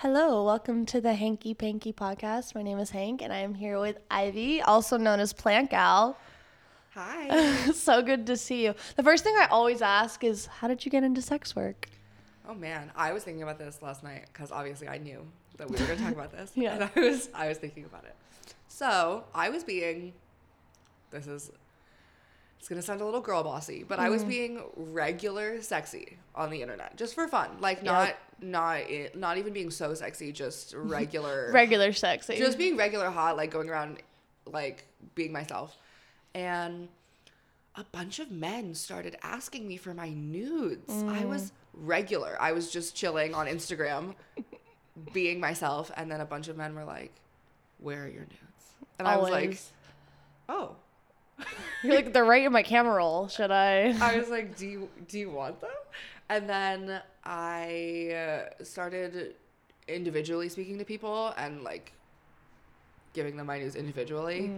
Hello, welcome to the Hanky Panky podcast. My name is Hank, and I am here with Ivy, also known as Plant Gal. Hi. so good to see you. The first thing I always ask is, how did you get into sex work? Oh man, I was thinking about this last night because obviously I knew that we were going to talk about this. Yeah. And I was I was thinking about it. So I was being, this is, it's going to sound a little girl bossy, but I was being regular sexy on the internet just for fun, like not not i- not even being so sexy, just regular Regular sexy. just being regular hot, like going around, like being myself. And a bunch of men started asking me for my nudes. I Mm. was regular. I was just chilling on Instagram, being myself. And then a bunch of men were like, Where are your nudes? And I was like, Always. Oh. You're like, they're right in my camera roll. Should I? I was like, Do you, do you want them? And then I uh, started individually speaking to people and like giving them my nudes individually.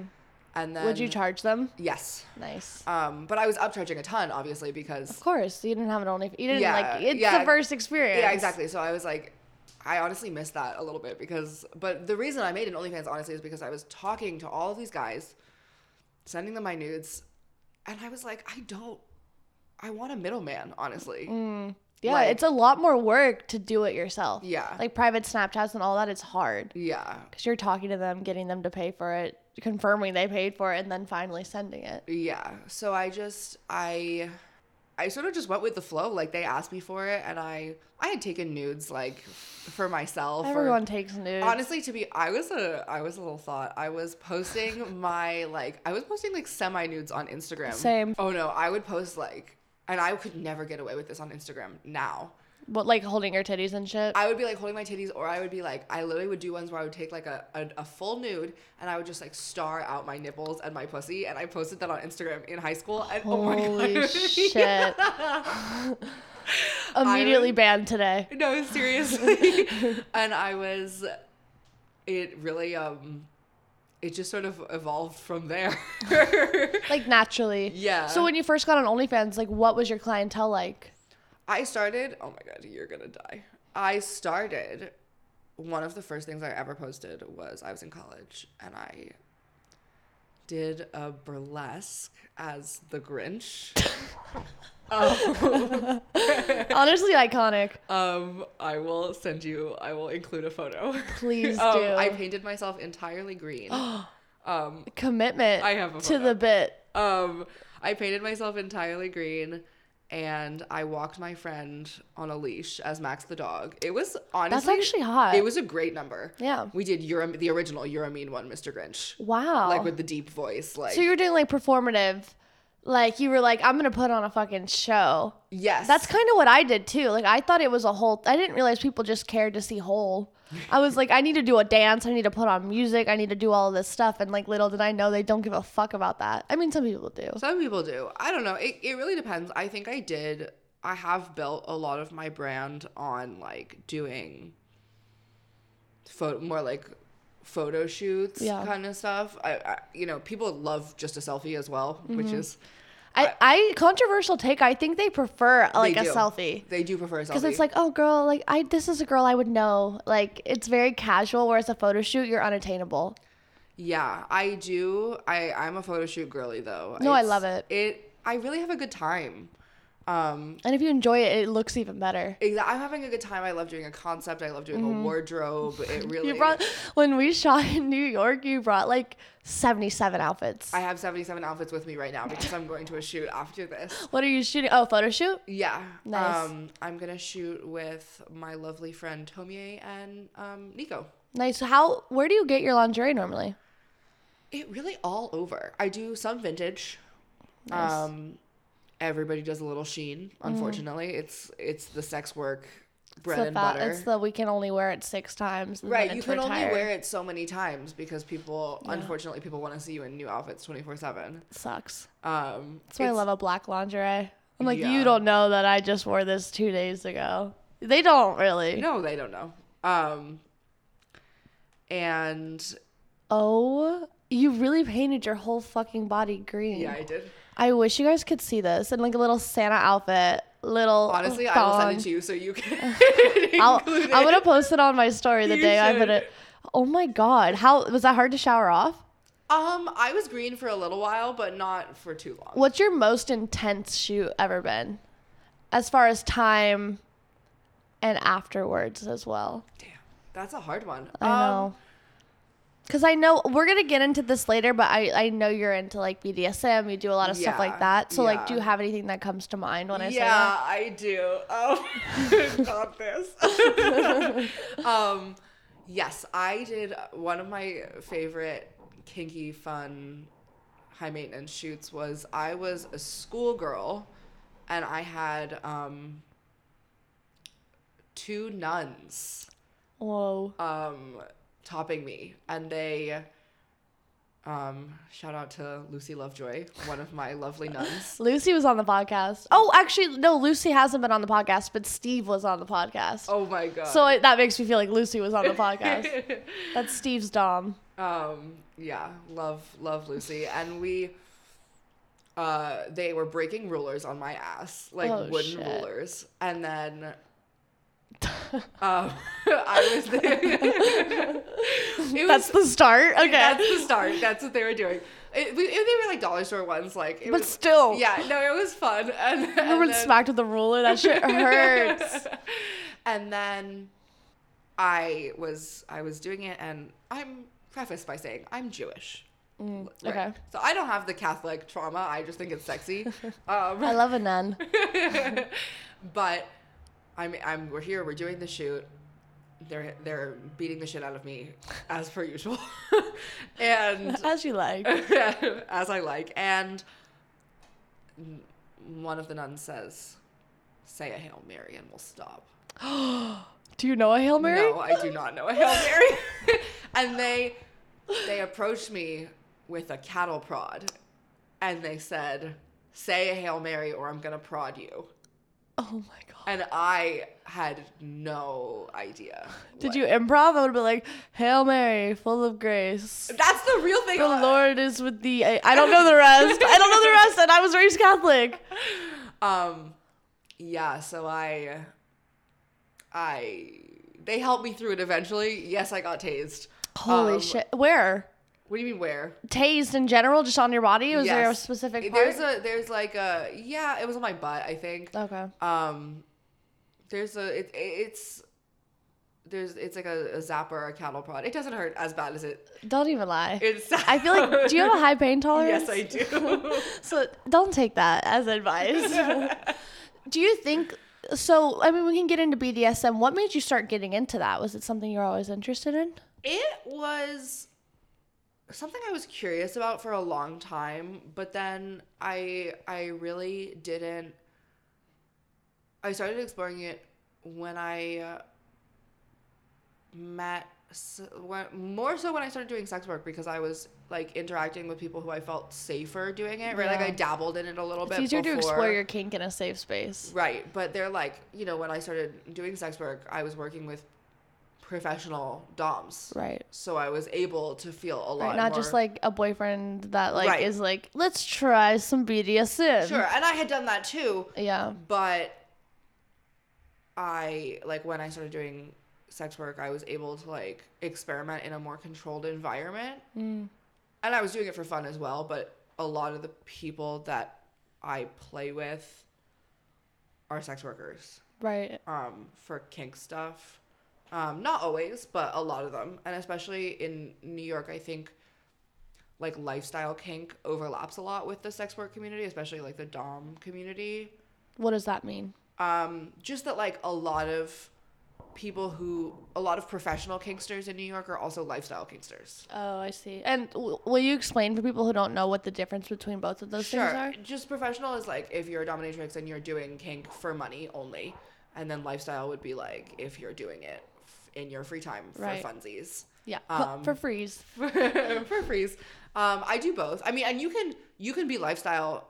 And then Would Mm. you charge them? Yes. Nice. Um, but I was upcharging a ton, obviously, Of because course, you didn't have an only. You didn't Yeah, like. It's yeah. the first experience. yeah, exactly. So I was like, I honestly missed that a little bit because, but the reason I made an OnlyFans honestly is because I was talking to all of these guys, sending them my nudes, and I was like, I don't, I want a middleman, honestly. Yeah, Like- it's a lot more work to do it yourself. Yeah. Like private Snapchats and all that, it's hard. Yeah, Because you're talking to them, getting them to pay for it, confirming they paid for it, and then finally sending it. yeah. So I just, I, I sort of just went with the flow. Like they asked me for it, and I, I had taken nudes like for myself. or- Everyone takes nudes. honestly to be i was a i was a little thought i was posting my like i was posting like semi nudes on instagram Same. oh no i would post like and i could never get away with this on instagram now But like holding your titties and shit. i would be like holding my titties or i would be like i literally would do ones where i would take like a, a, a full nude and i would just like star out my nipples and my pussy and i posted that on instagram in high school and oh my god Holy shit. Immediately would- banned today. No, seriously. and I was, it really, um, it just sort of evolved from there. Like naturally. Yeah. So when you first got on OnlyFans, like what was your clientele like? I started, oh my God, you're gonna die. I started, one of the first things I ever posted was I was in college and I did a burlesque as the Grinch. Honestly, iconic. Um, I will send you. I will include a photo. Please um, do. I painted myself entirely green. um, Commitment I have a to photo. the bit. um, I painted myself entirely green, and I walked my friend on a leash as Max the dog. It was honestly That's actually hot. It was a great number. Yeah. we did. You're a, the original. You're a mean one, Mr. Grinch. Wow. Like with the deep voice. Like So you were doing like performative, like you were like, I'm gonna put on a fucking show. yes, That's kind of what I did too. Like I thought it was a whole. I didn't realize people just cared to see whole. I was like, I need to do a dance. I need to put on music. I need to do all this stuff. And like, little did I know they don't give a fuck about that. I mean, some people do. Some people do. I don't know. It, it really depends. I think I did. I have built a lot of my brand on like doing photo more like photo shoots Yeah. kind of stuff. I, I you know people love just a selfie as well, Mm-hmm. which is I, I controversial take. I think they prefer like they a do. selfie. They do prefer a selfie Because it's like, oh, girl, like I, this is a girl I would know. Like it's very casual. Whereas a photo shoot, you're unattainable. yeah. I do. I I'm a photo shoot girly though. No, I It's- love it. It I really have a good time. Um, And if you enjoy it, it looks even better. exa- I'm having a good time. I love doing a concept. I love doing a wardrobe. It Mm-hmm. really You brought when we shot in New York. You brought like seventy-seven outfits. I have 77 outfits with me right now because I'm going to a shoot after this. what are you shooting? Oh, photo shoot. Yeah. Nice. Um, I'm going to shoot with my lovely friend Tomie and um, Nico. Nice. How? Where do you get your lingerie normally? It really all over. I do some vintage. Um, everybody does a little sheen, unfortunately. It's it's the sex work bread it's the and fa- butter. It's the we can only wear it six times. and then right, you it's can only retired. wear it so many times because people, unfortunately, people want to see you in new outfits 24/7. Sucks. Um, That's why I love a black lingerie. I'm like, Yeah. you don't know that I just wore this two days ago. They don't really. No, they don't know. Um, and Oh, you really painted your whole fucking body green. Yeah, I did. I wish you guys could see this in like a little Santa outfit. little Honestly, thong. I will send it to you so you can. Oh, I'll, include I'm it. gonna post it on my story the You day I should. put it. Oh my god, how was that hard to shower off? Um, I was green for a little while, but not for too long. What's your most intense shoot ever been, as far as time, and afterwards as well? Damn, that's a hard one. Um, I know. Cause I know we're gonna get into this later, but I I know you're into like BDSM. You do a lot of stuff Yeah, like that. So like, do you yeah. have anything that comes to mind when I say yeah, that? I do. Oh, got this. um, yes, I did one of my favorite kinky, fun, high maintenance shoots was I was a schoolgirl, and I had um, two nuns Whoa. um, topping me, and they. Um, shout out to Lucy Lovejoy, one of my lovely nuns. Lucy was on the podcast. Oh, actually, no, Lucy hasn't been on the podcast, but Steve was on the podcast. Oh my god. So it, that makes me feel like Lucy was on the podcast. That's Steve's dom. um yeah love love lucy and we uh they were breaking rulers on my ass like Oh, wooden shit. rulers and then um i was there it That's was the start. Okay. that's the start that's what they were doing it, we, they were like dollar store ones like it but was, still, yeah no it was fun and, and I remember then- smacked with a ruler. That shit hurts. and then I was I was doing it, and I'm prefaced by saying I'm Jewish. Right. okay. So I don't have the Catholic trauma. I just think it's sexy. Um, I love a nun. but I'm I'm we're here. We're doing the shoot. They're they're beating the shit out of me as per usual, and As you like. as I like. And one of the nuns says, "Say a Hail Mary, and we'll stop." Do you know a Hail Mary? No, I do not know a Hail Mary. and they they approached me with a cattle prod and they said, Say a Hail Mary or I'm gonna prod you. Oh my god. And I had no idea. Did you improv? I would be like, Hail Mary, full of grace. That's the real thing. The Lord is with thee. I, I don't know the rest. I don't know the rest, and I was raised Catholic. Um yeah, so I I they helped me through it eventually. Yes, I got tased. Holy Um, shit. Where? What do you mean where? Tased in general, just on your body? Was there a Yes. specific part? There's a there's like a yeah, it was on my butt, I think. okay. um there's a it, it's there's it's like a, a zapper or a cattle prod it doesn't hurt as bad as it Don't even lie. it's I feel like, do you have a high pain tolerance? yes i do So don't take that as advice. do you think? So I mean, we can get into BDSM. What made you start getting into that? Was it something you were always interested in? it was something i was curious about for a long time but then i i really didn't i started exploring it when i uh, met s- when, more so when i started doing sex work because i was like interacting with people who i felt safer doing it right like Yeah. i dabbled in it a little It's bit easier to before. explore your kink in a safe space. Right, but they're like, you know, when I started doing sex work, I was working with professional doms. Right. So I was able to feel a lot Right, not just more- like a boyfriend that like Right. is like, let's try some BDSM. Sure, and I had done that too, Yeah. but I like when I started doing sex work, I was able to like experiment in a more controlled environment. Mm. And I was doing it for fun as well, but a lot of the people that I play with are sex workers. Right. um, for kink stuff. Um, not always, but a lot of them. And especially in New York, I think like lifestyle kink overlaps a lot with the sex work community, especially like the Dom community. What does that mean? Um, just that like a lot of people who, a lot of professional kinksters in New York are also lifestyle kinksters. Oh, I see. And w- will you explain for people who don't know what the difference between both of those things are? Just professional is like if you're a dominatrix and you're doing kink for money only. And then lifestyle would be like if you're doing it f- in your free time for Right. funsies. Yeah. Um, for freeze. for freeze. Um, I do both. I mean, and you can you can be lifestyle.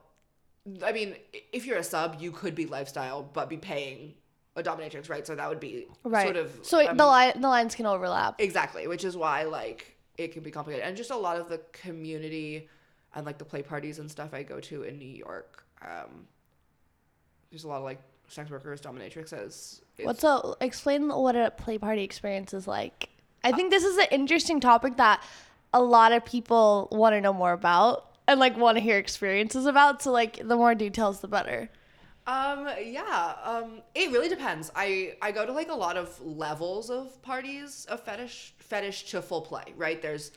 I mean, i- if you're a sub, you could be lifestyle, but be paying a dominatrix, right? So that would be Right. sort of so it- um, the li- the lines can overlap. exactly, which is why like it can be complicated, and just a lot of the community and like the play parties and stuff I go to in New York. Um, there's a lot of like sex workers, dominatrixes. It's- What's a explain what a play party experience is like? I think this is an interesting topic that a lot of people want to know more about and like want to hear experiences about. So like the more details, the better. Um, yeah. Um, it really depends. I I go to like a lot of levels of parties of fetish fetish to full play. Right there's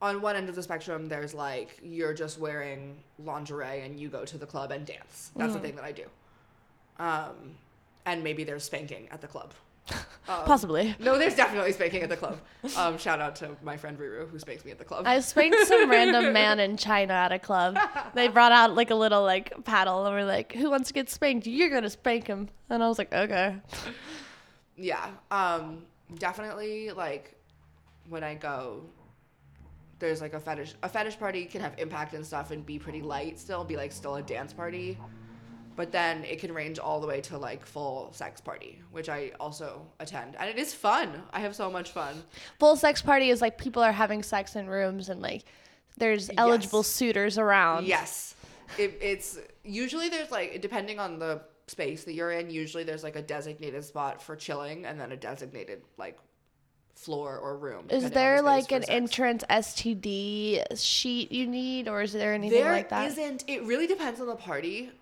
on one end of the spectrum there's like you're just wearing lingerie and you go to the club and dance. That's the thing that I do. Um, and maybe there's spanking at the club. Oh. Possibly. No, there's definitely spanking at the club. Um, shout out to my friend Ruru who spanks me at the club. I spanked some random man in China at a club. They brought out like a little like paddle and were like, "Who wants to get spanked? You're gonna spank him." And I was like, "Okay." yeah um definitely like when i go there's like a fetish a fetish party can have impact and stuff and be pretty light still be like still a dance party but then it can range all the way to like full sex party which i also attend and it is fun i have so much fun Full sex party is like people are having sex in rooms and like there's eligible suitors around. Yes. It, it's usually there's like depending on the space that you're in, usually there's like a designated spot for chilling and then a designated like floor or room. Is depending on there the space like for an sex. entrance STD sheet you need, or is there anything There like that? not It really depends on the party.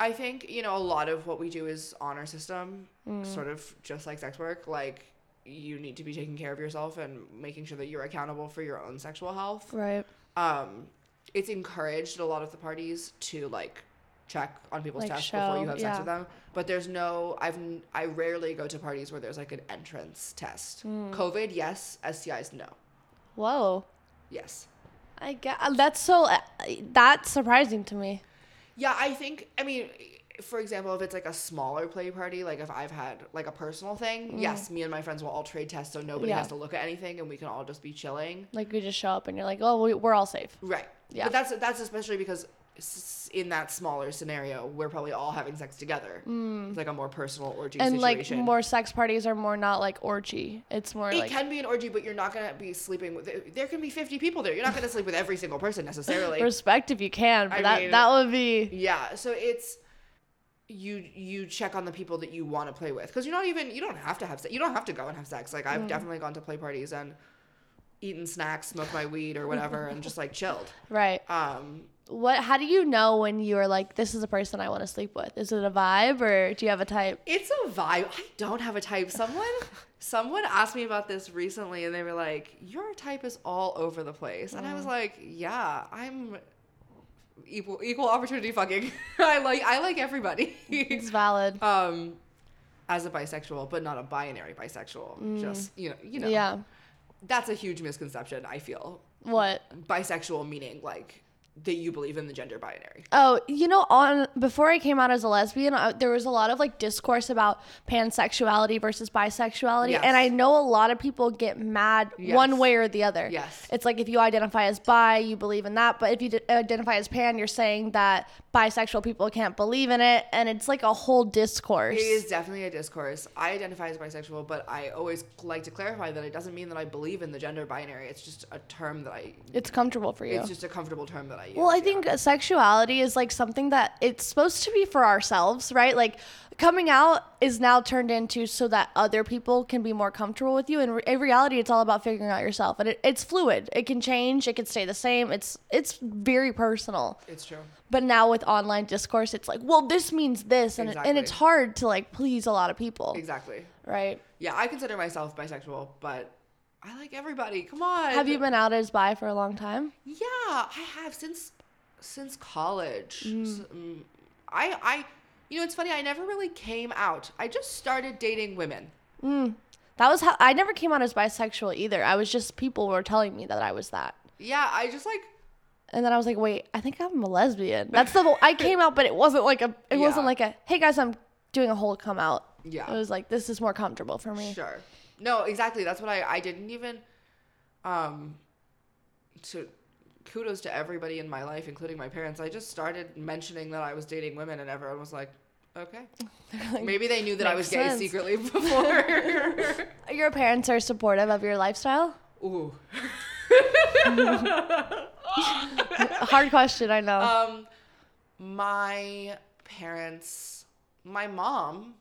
I think you know a lot of what we do is honor system, Mm. sort of just like sex work. Like you need to be taking care of yourself and making sure that you're accountable for your own sexual health. right. um, it's encouraged at a lot of the parties to like check on people's Like, tests before you show, have yeah. sex with them. But there's no, I've n- I rarely go to parties where there's like an entrance test. Mm. COVID, yes. STIs, no. Whoa. Yes. I get, that's so uh, that's surprising to me. Yeah, I think. I mean, for example, if it's like a smaller play party, like if I've had like a personal thing, yes, me and my friends will all trade tests, so nobody Mm-hmm. Yeah. has to look at anything, and we can all just be chilling. Like you just show up and you're like, oh, we, we're all safe. Right. Yeah. But that's that's especially because s- in that smaller scenario, we're probably all having sex together. It's like a more personal orgy Mm. And like situation. more sex parties are more not like orgy. It's more it like can be an orgy, but you're not gonna be sleeping with. There can be 50 people there. You're not gonna sleep with every single person necessarily. respect if you can, but I that mean- that would be yeah. So it's you you check on the people that you want to play with because you're not even you don't have to have sex. You don't have to go and have sex. Like I've definitely gone to play parties and eaten snacks, smoked my weed or whatever, and just like chilled. right. Um, What? How do you know when you are like, this is the person I want to sleep with? Is it a vibe, or do you have a type? It's a vibe. I don't have a type. Someone someone asked me about this recently and they were like, "Your type is all over the place." And I was like, "Yeah, I'm equal equal opportunity fucking. I like I like everybody." It's valid. um as a bisexual, but not a binary bisexual. Just, you know, you know. Mm. Yeah. That's a huge misconception, I feel. What? Bisexual meaning like that you believe in the gender binary. Oh, you know, on before I came out as a lesbian, I, there was a lot of like discourse about pansexuality versus bisexuality, Yes. and I know a lot of people get mad Yes. one way or the other. Yes. it's like if you identify as bi, you believe in that, but if you d- identify as pan, you're saying that bisexual people can't believe in it, and it's like a whole discourse. It is definitely a discourse. I identify as bisexual, but I always like to clarify that it doesn't mean that I believe in the gender binary. It's just a term that I. It's comfortable for you. It's just a comfortable term that I use. Well, I yeah. think sexuality is like something that it's supposed to be for ourselves, right? Like coming out is now turned into so that other people can be more comfortable with you. And re- in reality, it's all about figuring out yourself. And it, it's fluid. It can change. It can stay the same. It's it's very personal. it's true. But now with online discourse, it's like, well, this means this, and and it's Exactly. hard to like please a lot of people, Exactly. right? Yeah, I consider myself bisexual, but I like everybody. Come on. Have you been out as bi for a long time? Yeah, I have since since college. S- mm, I I you know it's funny. I never really came out. I just started dating women. That was how I never came out as bisexual either. I was just people were telling me that I was that. Yeah, I just like And then I was like, wait, I think I'm a lesbian. That's the I came out, but it wasn't like a it Yeah. wasn't like a hey guys, I'm doing a whole come out. Yeah. It was like this is more comfortable for me. Sure. No, exactly. That's what I I didn't even um to kudos to everybody in my life including my parents. I just started mentioning that I was dating women and everyone was like, "Okay." Maybe they knew that I was Mm-hmm. "Makes sense." gay secretly before. Your parents are supportive of your lifestyle? Ooh. Uh, Hard question, I know. Um my parents My mom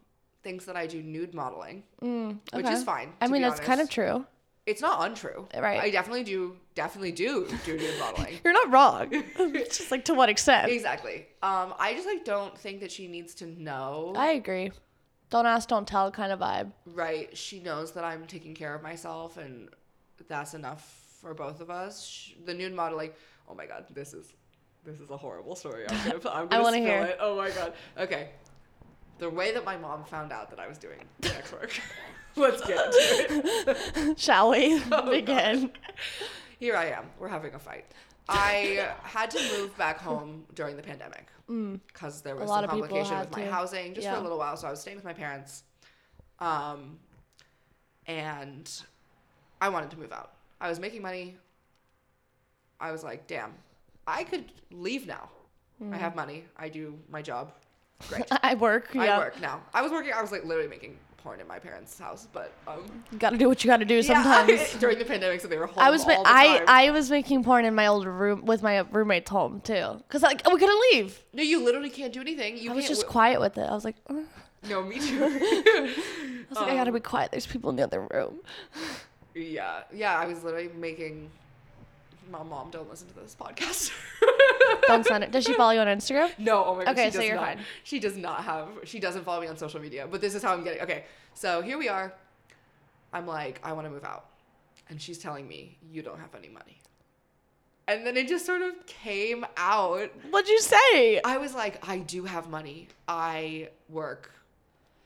thinks that I do nude modeling, which Okay. is fine. I to mean, be that's kind of honest. true. It's not untrue, Right. I definitely do, definitely do do nude modeling. You're not wrong. it's just like to what extent. Exactly. Um, I just like don't think that she needs to know. I agree. Don't ask, don't tell kind of vibe. right. She knows that I'm taking care of myself, and that's enough for both of us. Sh the nude modeling. Oh my god, this is this is a horrible story. I'm gonna, I'm gonna wanna spill hear. it. Oh my god. Okay. The way that my mom found out that I was doing sex work. Let's get into it. Shall we Oh, begin? Here I am. We're having a fight. I had to move back home during the pandemic because there was Mm. lot some of people complication with had my to. housing just for Yeah. a little while. So I was staying with my parents, um, and I wanted to move out. I was making money. I was like, damn, I could leave now. Mm. I have money. I do my job. Great. I work. Yeah. I work now. I was working. I was like literally making porn in my parents' house, but um, Got to do what you got to do yeah, sometimes. during the pandemic, so they were home. I was ma- all the I time. I was making porn in my old room with my roommate's home too, cause like we couldn't leave. No, you literally can't do anything. You I can't. was just quiet with it. I was like, "Uh." no, me too. Um, I was like, I Oh. gotta be quiet. There's people in the other room. yeah, yeah. I was literally making. My mom don't listen to this podcast. Don't send it. Does she follow you on Instagram? no, oh my god. Okay, she so does you're not- fine. She does not have. She doesn't follow me on social media. But this is how I'm getting. Okay, so here we are. I'm like, I want to move out, and she's telling me you don't have any money. And then it just sort of came out What'd you say? I was like, I do have money. I work.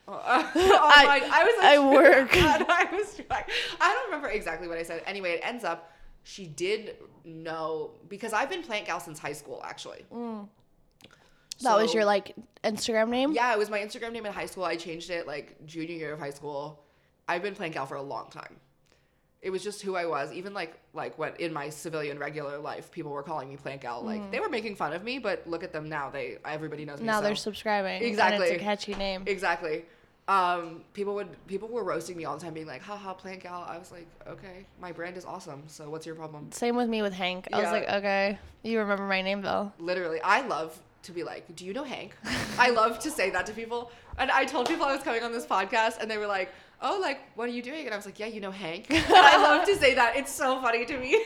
Uh, I- I, like, I was I like, work. and I was like, I don't remember exactly what I said. Anyway, it ends up she did know because I've been plant gal since high school, actually. That was So- your like Instagram name. Yeah, it was my Instagram name in high school. I changed it like junior year of high school. I've been playing gal for a long time. It was just who I was. Even like like when in my civilian regular life, people were calling me plant gal. Like they were making fun of me, but look at them now. They everybody knows me. Now so. they're subscribing. And it's Exactly. a catchy name. Exactly. Um, people would people were roasting me all the time, being like, "Haha, plant gal." I was like, "Okay, my brand is awesome. So what's your problem?" Same with me with Hank. I was Yeah. like, okay, you remember my name though. Literally, I love to be like, "Do you know Hank?" I love to say that to people, and I told people I was coming on this podcast, and they were like, "Oh, like what are you doing?" And I was like, "Yeah, you know Hank." And I love to say that. It's so funny to me.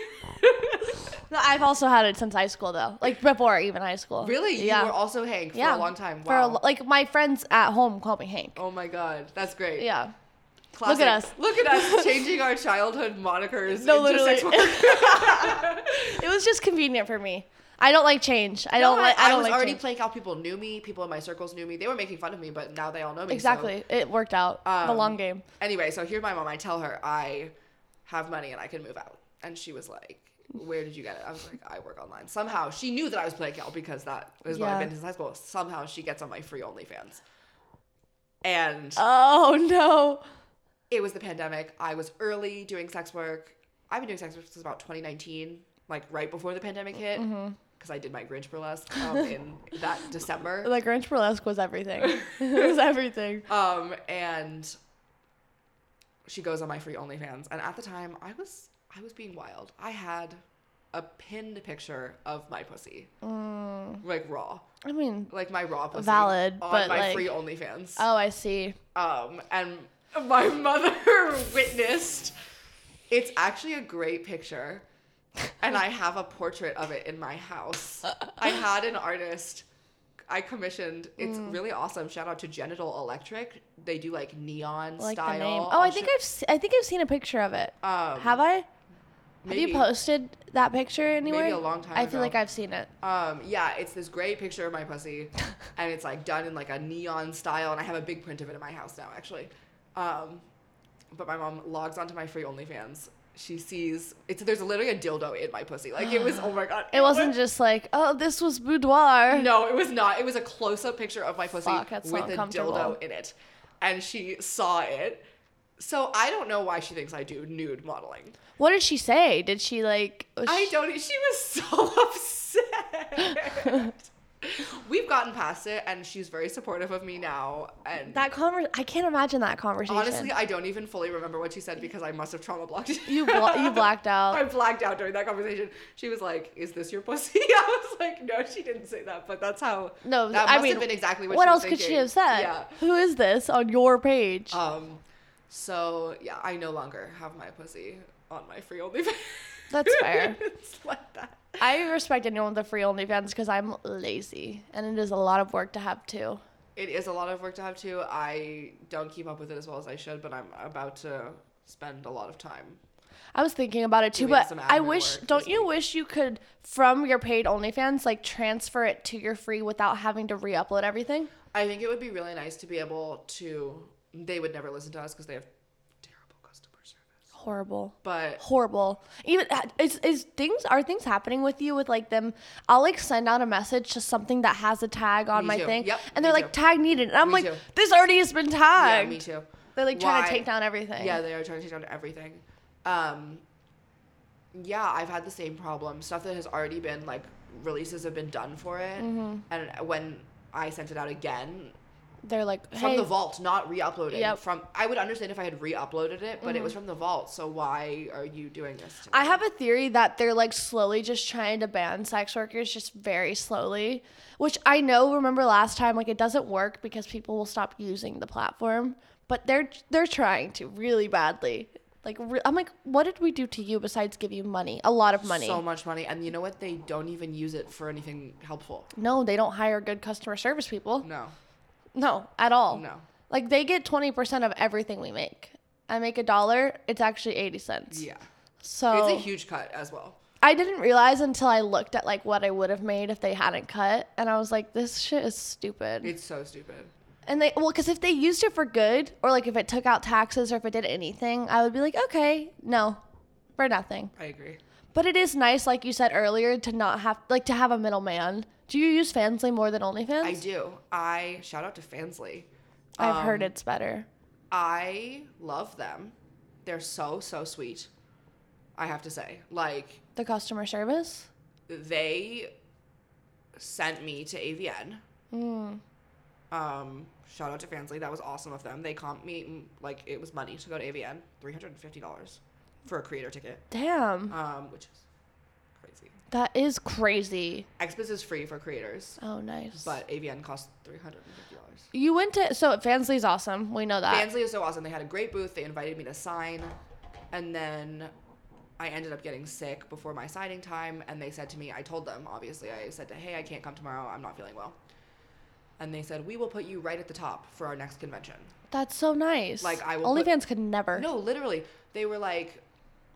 No, I've also had it since high school though, like before even high school. really, you Yeah. were also Hank for yeah. a long time. For a, Wow. lo- like my friends at home call me Hank. oh my god, that's great. Yeah. Classic. Look at us. Look at us changing our childhood monikers. No, into sex literally. work. It was just convenient for me. I don't like change. I don't No, like. I, don't was like already change. playing out. People knew me. People in my circles knew me. They were making fun of me, but now they all know me. so- exactly. it worked out. the Um, long game. Anyway, so here's my mom. I tell her I have money and I can move out, and she was like, "Where did you get it?" I was like, "I work online." Somehow she knew that I was playing out because that is what Yeah. I've been since high school. Somehow she gets on my free OnlyFans, and Oh no. it was the pandemic. I was early doing sex work. I've been doing sex work since about 2019, like right before the pandemic hit, because Mm-hmm. I did my Grinch burlesque um, in that December. Like Grinch burlesque was everything. it was everything. Um, and she goes on my free OnlyFans, and at the time, I was I was being wild. I had a pinned picture of my pussy, like raw, I mean, like my raw pussy, Mm. Valid, on but, my like- free OnlyFans. oh, I see. Um, and my mother witnessed. It's actually a great picture, and I have a portrait of it in my house. I had an artist I commissioned. It's Mm. really awesome. Shout out to Genital Electric. They do like neon I like style. the name. Oh, i think I've se- I think I've seen a picture of it. Um, Have I? Have maybe. you posted that picture anywhere? a long time I feel ago. like I've seen it. Um, yeah, it's this great picture of my pussy, and it's like done in like a neon style, and I have a big print of it in my house now, actually. Um, but my mom logs onto my free OnlyFans. She sees it's there's literally a dildo in my pussy. Like it was oh my god. It wasn't was- just like, oh, this was boudoir. no, it was not. It was a close up picture of my pussy Fuck, that's with not a comfortable. dildo in it, and she saw it. So I don't know why she thinks I do nude modeling. What did she say? Did she like? was I e-, she- don't. She was so upset. We've gotten past it, and she's very supportive of me now. And That conver- I can't imagine that conversation. honestly, I don't even fully remember what she said because I must have trauma blocked. you bla- you blacked out. I blacked out during that conversation. She was like, "Is this your pussy?" I was like, "No, she didn't say that." But that's how. No, that I must mean, have been exactly what. what she else was could she thinking. have said? Yeah. Who is this on your page? Um. So yeah, I no longer have my pussy on my free OnlyFans. That's fair. it's like that. I respect anyone with a free OnlyFans because I'm lazy and it is a lot of work to have too. It is a lot of work to have too. I don't keep up with it as well as I should, but I'm about to spend a lot of time. I was thinking about it too, Doing but some I admin wish work this don't you wish you could from your paid OnlyFans like transfer it to your free without having to re-upload everything? I think it would be really nice to be able to. They would never listen to us because they have terrible customer service. Horrible. But horrible. Even uh, is is things are things happening with you with like them? I'll like send out a message to something that has a tag on Me my too. thing, Yep, and they're me like too. tag needed, and I'm Me like too. this already has been yeah, tagged. me too. They're like trying to Why? take down everything. Yeah, they are trying to take down everything. Um, yeah, I've had the same problem. Stuff that has already been like releases have been done for it, and when I sent it out again they're like hey, from the vault, not re-uploading. Yep. Mm-hmm. From I would understand if I had re-uploaded it, but it was from the vault. So why are you doing this? To me? I have a theory that they're like slowly just trying to ban sex workers, just very slowly. Which I know, remember last time, like it doesn't work because people will stop using the platform, but they're they're trying to really badly. Like re- I'm like, what did we do to you besides give you money, a lot of money? so much money, and you know what? They don't even use it for anything helpful. no, they don't hire good customer service people. No, No, at all. no. Like they get twenty percent of everything we make. I make a dollar, it's actually eighty cents. Yeah, So it's a huge cut as well. I didn't realize until I looked at like what I would have made if they hadn't cut, and I was like, this shit is stupid. It's so stupid. and they well, because if they used it for good, or like if it took out taxes, or if it did anything, I would be like, okay, no, for nothing. I agree. But it is nice, like you said earlier, to not have like to have a middleman. Do you use Fansly more than OnlyFans? I do. um, I shout out to Fansley. I've heard it's better. I love them. They're so so sweet. I have to say, like The customer service. they sent me to AVN. Um, shout out to Fansley. That was awesome of them. They comped me mm, like it was money to go to AVN, three hundred and fifty dollars for a creator ticket, Damn, um, which is crazy. that is crazy. Expos is free for creators, Oh, nice. but AVN costs three hundred and fifty dollars. you went to so Fansly's awesome. We know that. Bansley is so awesome. They had a great booth. They invited me to sign, and then I ended up getting sick before my signing time. And they said to me, I told them obviously. I said to, hey, I can't come tomorrow. I'm not feeling well. And they said, we will put you right at the top for our next convention. That's so nice. Like, I will put- OnlyFans could never. No, literally, they were like,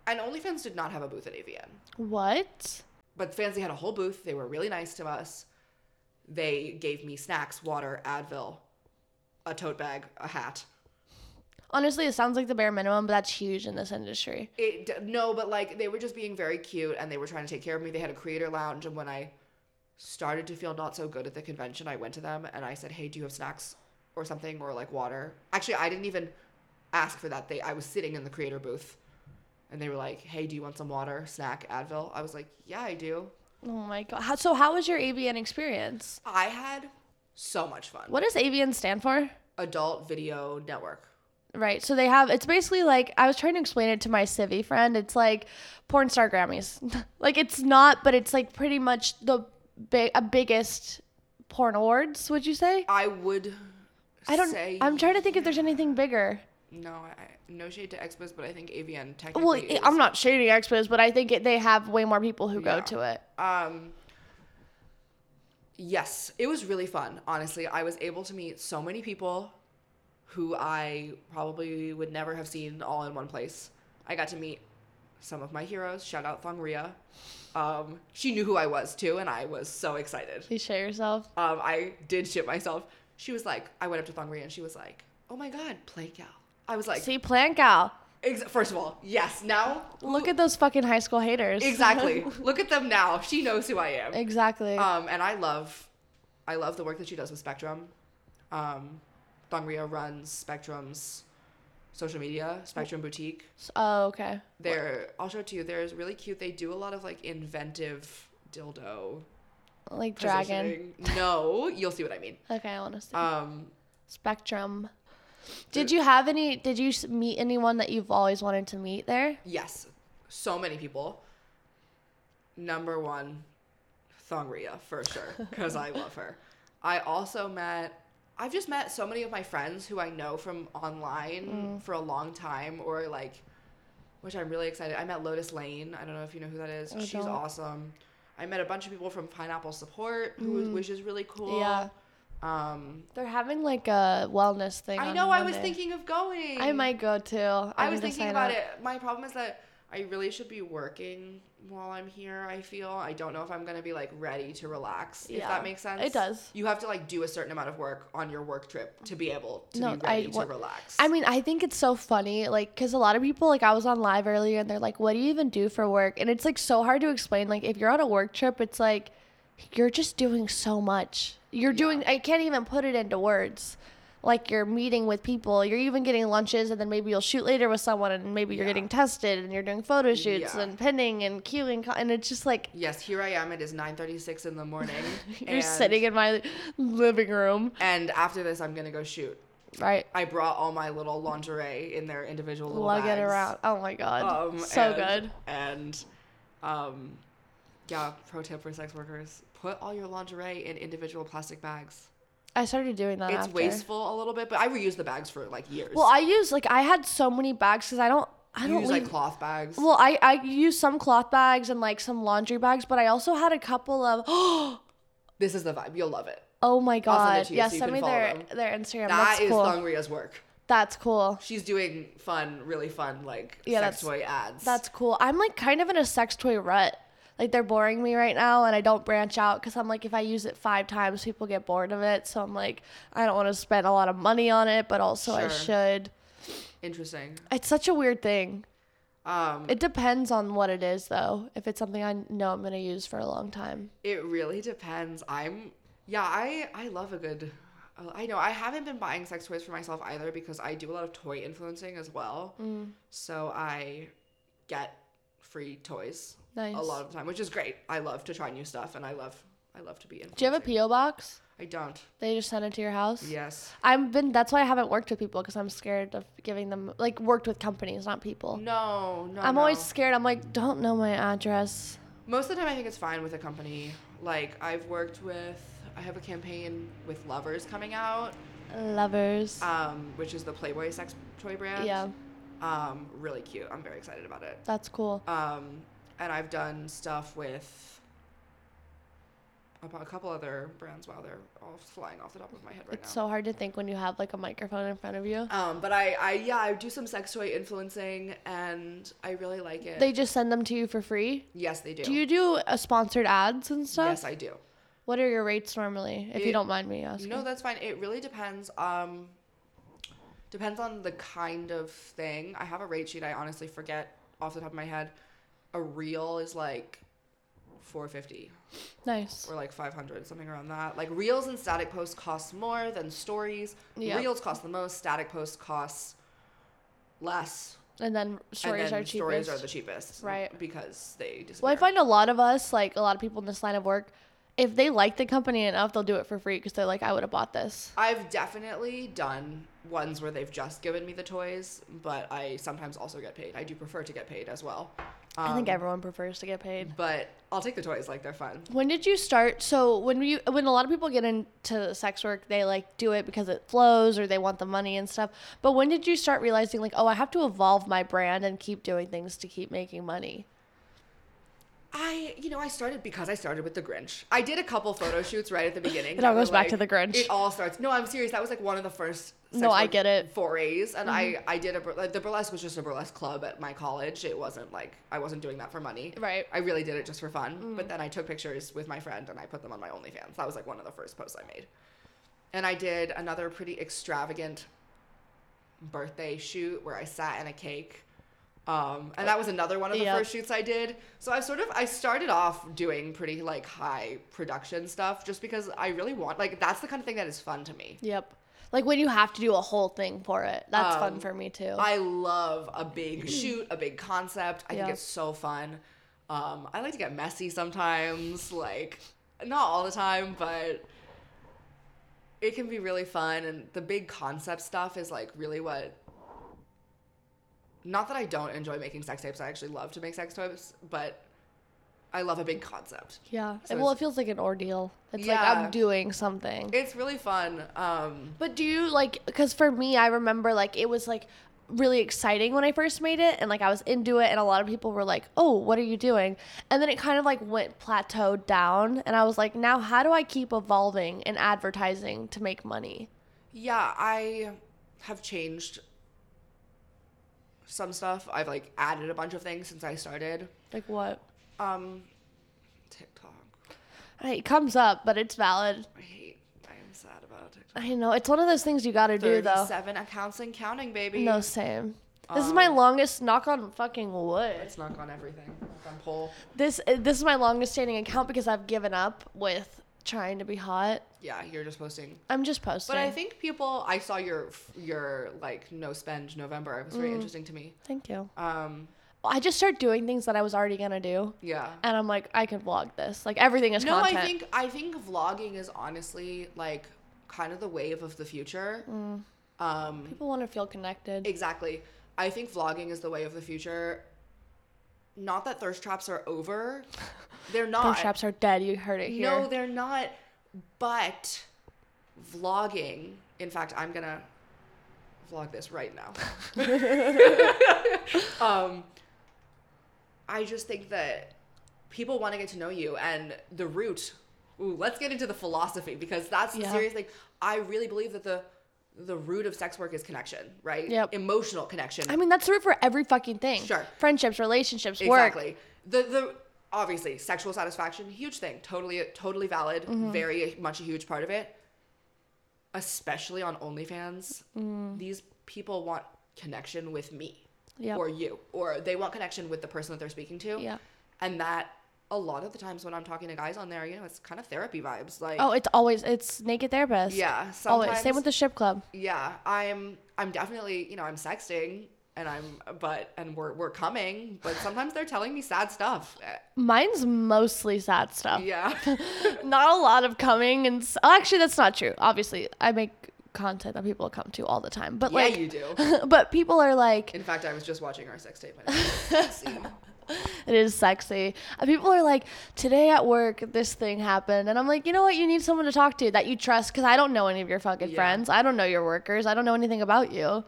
and OnlyFans did not have a booth at AVN. What? But Fancy had a whole booth. They were really nice to us. They gave me snacks, water, Advil, a tote bag, a hat. Honestly, it sounds like the bare minimum, but that's huge in this industry. It d- no, but like they were just being very cute and they were trying to take care of me. They had a creator lounge, and when I started to feel not so good at the convention, I went to them and I said, "Hey, do you have snacks or something or like water?" Actually, I didn't even ask for that. They I was sitting in the creator booth, and they were like, "Hey, do you want some water, snack, Advil?" I was like, "Yeah, I do." Oh my god. How, so, how was your AVN experience? I had so much fun. What does AVN stand for? Adult Video Network. Right. So they have. It's basically like I was trying to explain it to my civvy friend. It's like porn star Grammys. like it's not, but it's like pretty much the big, a biggest porn awards. Would you say? I would. I don't. Say I'm trying to think if there's anything bigger. no. I, no shade to Expos, but I think AVN technically. Well, is. I'm not shading expos, but I think it, they have way more people who go Yeah. to it. Um, yes, it was really fun. Honestly, I was able to meet so many people who I probably would never have seen all in one place. I got to meet some of my heroes. Shout out Thongria. Um, she knew who I was too, and I was so excited. Please share yourself. Um, I did shit myself. She was like, I went up to Thongria and she was like, "Oh my god, play gal." I was like, See, plant gal. ex- first of all, yes. Now, Look at those fucking high school haters. exactly. Look at them now. She knows who I am. exactly. Um, and I love, I love the work that she does with Spectrum. Um, Thongria runs Spectrum's social media, Spectrum Boutique. S- oh, okay. They're, I'll show it to you. They're really cute. They do a lot of like inventive dildo Like dragon. Positioning. No, you'll see what I mean. Okay, I want to see. Um, Spectrum. Did you have any? Did you s- meet anyone that you've always wanted to meet there? yes, so many people. Number one, Thongria for sure, because I love her. I also met. I've just met so many of my friends who I know from Mm. online for a long time, or like, which I'm really excited. I met Lotus Lane. I don't know if you know who that is. I She's don't. awesome. I met a bunch of people from Pineapple Support, who, which is really cool. Mm. Yeah. Um, They're having like a wellness thing. I on know. I was Monday. thinking of going. I might go too. i I was thinking about it. My problem is that I really should be working while I'm here. I feel I don't know if I'm gonna be like ready to relax. If Yeah, that makes sense. it does. You have to like do a certain amount of work on your work trip to be able to No, be I ready to wa- relax. I mean, I think it's so funny, like, because a lot of people, like, I was on live earlier and they're like, what do you even do for work? And it's, like, so hard to explain. Like, if you're on a work trip, it's like, you're just doing so much. You're doing, I can't even put it into words. Like, you're meeting with people, you're even getting lunches, and then maybe you'll shoot later with someone, and maybe you're Yeah. getting tested, and you're doing photo shoots, Yeah. and pinning, and queuing. co- And it's just like, yes, here I am. It is 9:36 in the morning. you're and, sitting in my living room, And after this, I'm gonna go shoot. right? I brought all my little lingerie in their individual little Lug it bags. around. Oh my God. Um, so and- good. And um, yeah, pro tip for sex workers: put all your lingerie in individual plastic bags. I started doing that. It's after. wasteful a little bit, but I reuse the bags for like years. Well, I use like I had so many bags because I don't I You don't use leave. like cloth bags. well, I I use some cloth bags and like some laundry bags, but I also had a couple of this is the vibe. You'll love it. oh my I'll send it god, to you yeah, so you send can me follow their them. their Instagram. That that's is cool. Thongria's work. that's cool. She's doing fun, really fun, like Yeah, sex that's- toy ads. That's cool. I'm like kind of in a sex toy rut. Like they're boring me right now, and I don't branch out because I'm like, if I use it five times, people get bored of it. So I'm like, I don't want to spend a lot of money on it, but also I Sure. should. interesting. It's such a weird thing. Um, It depends on what it is, though. If it's something I know I'm gonna use for a long time. It really depends. I'm yeah, I I love a good uh, I know I haven't been buying sex toys for myself either because I do a lot of toy influencing as well. Mm. So I get free toys Nice. a lot of the time, which is great. I love to try new stuff and I love I love to be in. Do you have a PO box? I don't. They just send it to your house. Yes. I've been. That's why I haven't worked with people because I'm scared of giving them like worked with companies, not people. No, no. I'm no. always scared. I'm like, don't know my address. most of the time I think it's fine with a company. Like I've worked with I have a campaign with Lovers coming out, Lovers. um, which is the Playboy sex toy brand. yeah, Um, really cute. I'm very excited about it. that's cool. Um, and I've done stuff with a bu- a couple other brands. Wow, they're all flying off the top of my head right it's now. so hard to think when you have like a microphone in front of you. um, but I, I, yeah, I do some sex toy influencing, and I really like it. They just send them to you for free. yes, they do. Do you do uh, sponsored ads and stuff? yes, I do. What are your rates normally, if It- you don't mind me asking? No, that's fine. It really depends. Um, depends on the kind of thing. I have a rate sheet. I honestly forget off the top of my head. A reel is like four fifty. nice. or like 500 something around that like reels and static posts cost more than stories Yeah. reels cost the most static posts cost less And then stories and then are cheapest. stories are the cheapest Right. because they disappear. Well, I find a lot of us, like a lot of people in this line of work, if they like the company enough, they'll do it for free because they're like, I would have bought this. i've definitely done ones where they've just given me the toys but i sometimes also get paid i do prefer to get paid as well Um, I think everyone prefers to get paid. but i'll take the toys like they're fun When did you start? So when you when a lot of people get into sex work, they like do it because it flows or they want the money and stuff. But when did you start realizing like, oh, I have to evolve my brand and keep doing things to keep making money? I, you know, I started because I started with the Grinch. I did a couple photo shoots right at the beginning. It all that were, goes back to like- the Grinch. It all starts. No, I'm serious. That was like one of the first. sex No, I work get it. Mm-hmm. Forays, and I, I did a bur- like the burlesque was just a burlesque club at my college. It wasn't like I wasn't doing that for money. Right. Mm. I really did it just for fun. But then I took pictures with my friend and I put them on my OnlyFans. That was like one of the first posts I made. And I did another pretty extravagant birthday shoot where I sat in a cake. Um, and that was another one of the Yeah. first shoots I did. So I sort of I started off doing pretty like high production stuff just because I really want like that's the kind of thing that is fun to me. Yep. Like when you have to do a whole thing for it. That's Um, fun for me too. I love a big shoot, a big concept. I think Yeah. it's so fun. Um, I like to get messy sometimes. Like not all the time, but it can be really fun. And the big concept stuff is like really what. Not that I don't enjoy making sex tapes. I actually love to make sex tapes, but I love a big concept. Yeah. So well, it's- it feels like an ordeal. It's like Yeah. I'm doing something. It's really fun. Um, But do you like? Because for me, I remember like it was like really exciting when I first made it, and like I was into it, and a lot of people were like, "Oh, what are you doing?" And then it kind of like went plateaued down, and I was like, "Now, how do I keep evolving in advertising to make money?" yeah, I have changed some stuff. I've like added a bunch of things since I started. Like what? Um, TikTok. It comes up, but it's valid. I hate. I am sad about TikTok. I know it's one of those things you got to do though. Thirty-seven accounts and counting, baby. No, same. This is my Um, longest knock on fucking wood. Let's knock on everything. Knock on pole. This uh, this is my longest standing account because I've given up with trying to be hot. Yeah, you're just posting. I'm just posting. But I think people. I saw your your like no spend November. It was Mm. very interesting to me. Thank you. Um, I just start doing things that I was already gonna do, yeah. and I'm like, I could vlog this. Like everything is No, content. I think I think vlogging is honestly like kind of the wave of the future. Mm. Um, people want to feel connected. exactly. I think vlogging is the way of the future. Not that thirst traps are over. They're not. Thirst traps are dead. You heard it here. No, they're not. But vlogging, in fact, I'm going to vlog this right now. um, I just think that people want to get to know you and the root. Ooh, let's get into the philosophy because that's the Yeah. serious thing. I really believe that the the root of sex work is connection, right? Yep. Emotional connection. I mean, that's the root for every fucking thing. Sure. Friendships, relationships, work. Exactly. The the obviously sexual satisfaction, huge thing. Totally totally valid. Mm-hmm. Very much a huge part of it. Especially on OnlyFans, these people want connection with me Mm. Yep. or you, or they want connection with the person that they're speaking to. Yeah. And that a lot of the times when I'm talking to guys on there, you know, it's kind of therapy vibes. Like, Oh, it's always it's naked therapist. yeah, Always. Same sometimes- with the ship club. yeah i'm i'm definitely you know i'm sexting and i'm but and we're we're coming but sometimes they're telling me sad stuff Uh, Mine's mostly sad stuff. yeah Not a lot of coming and s- oh, actually that's not true. Obviously, I make content that people come to all the time. But yeah like you do but people are like in fact i was just watching our sex tape and it was sexy. It is sexy. Uh, People are like, today at work, this thing happened. And I'm like, you know what? You need someone to talk to that you trust because I don't know any of your fucking Yeah. friends. I don't know your workers. I don't know anything about you.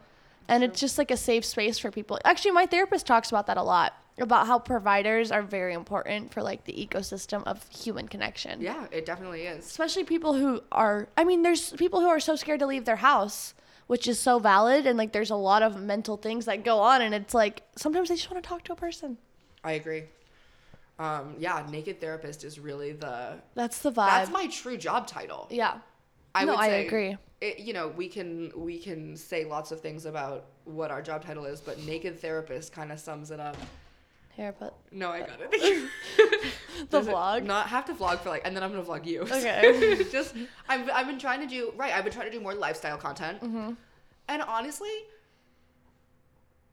And it's just like a safe space for people. Actually, my therapist talks about that a lot about how providers are very important for like the ecosystem of human connection. yeah it definitely is Especially people who are, I mean, there's people who are so scared to leave their house. Which is so valid, and like there's a lot of mental things that go on, and it's like sometimes they just want to talk to a person. i agree um yeah naked therapist is really the That's the vibe. that's my true job title Yeah. I no, would I say agree. It, you know, we can we can say lots of things about what our job title is, but naked therapist kind of sums it up. Here, but No, I got it. the Does it vlog. Not have to vlog for like, and then I'm gonna vlog you. Okay. Just I've I've been trying to do right. I've been trying to do more lifestyle content, Mm-hmm. and honestly,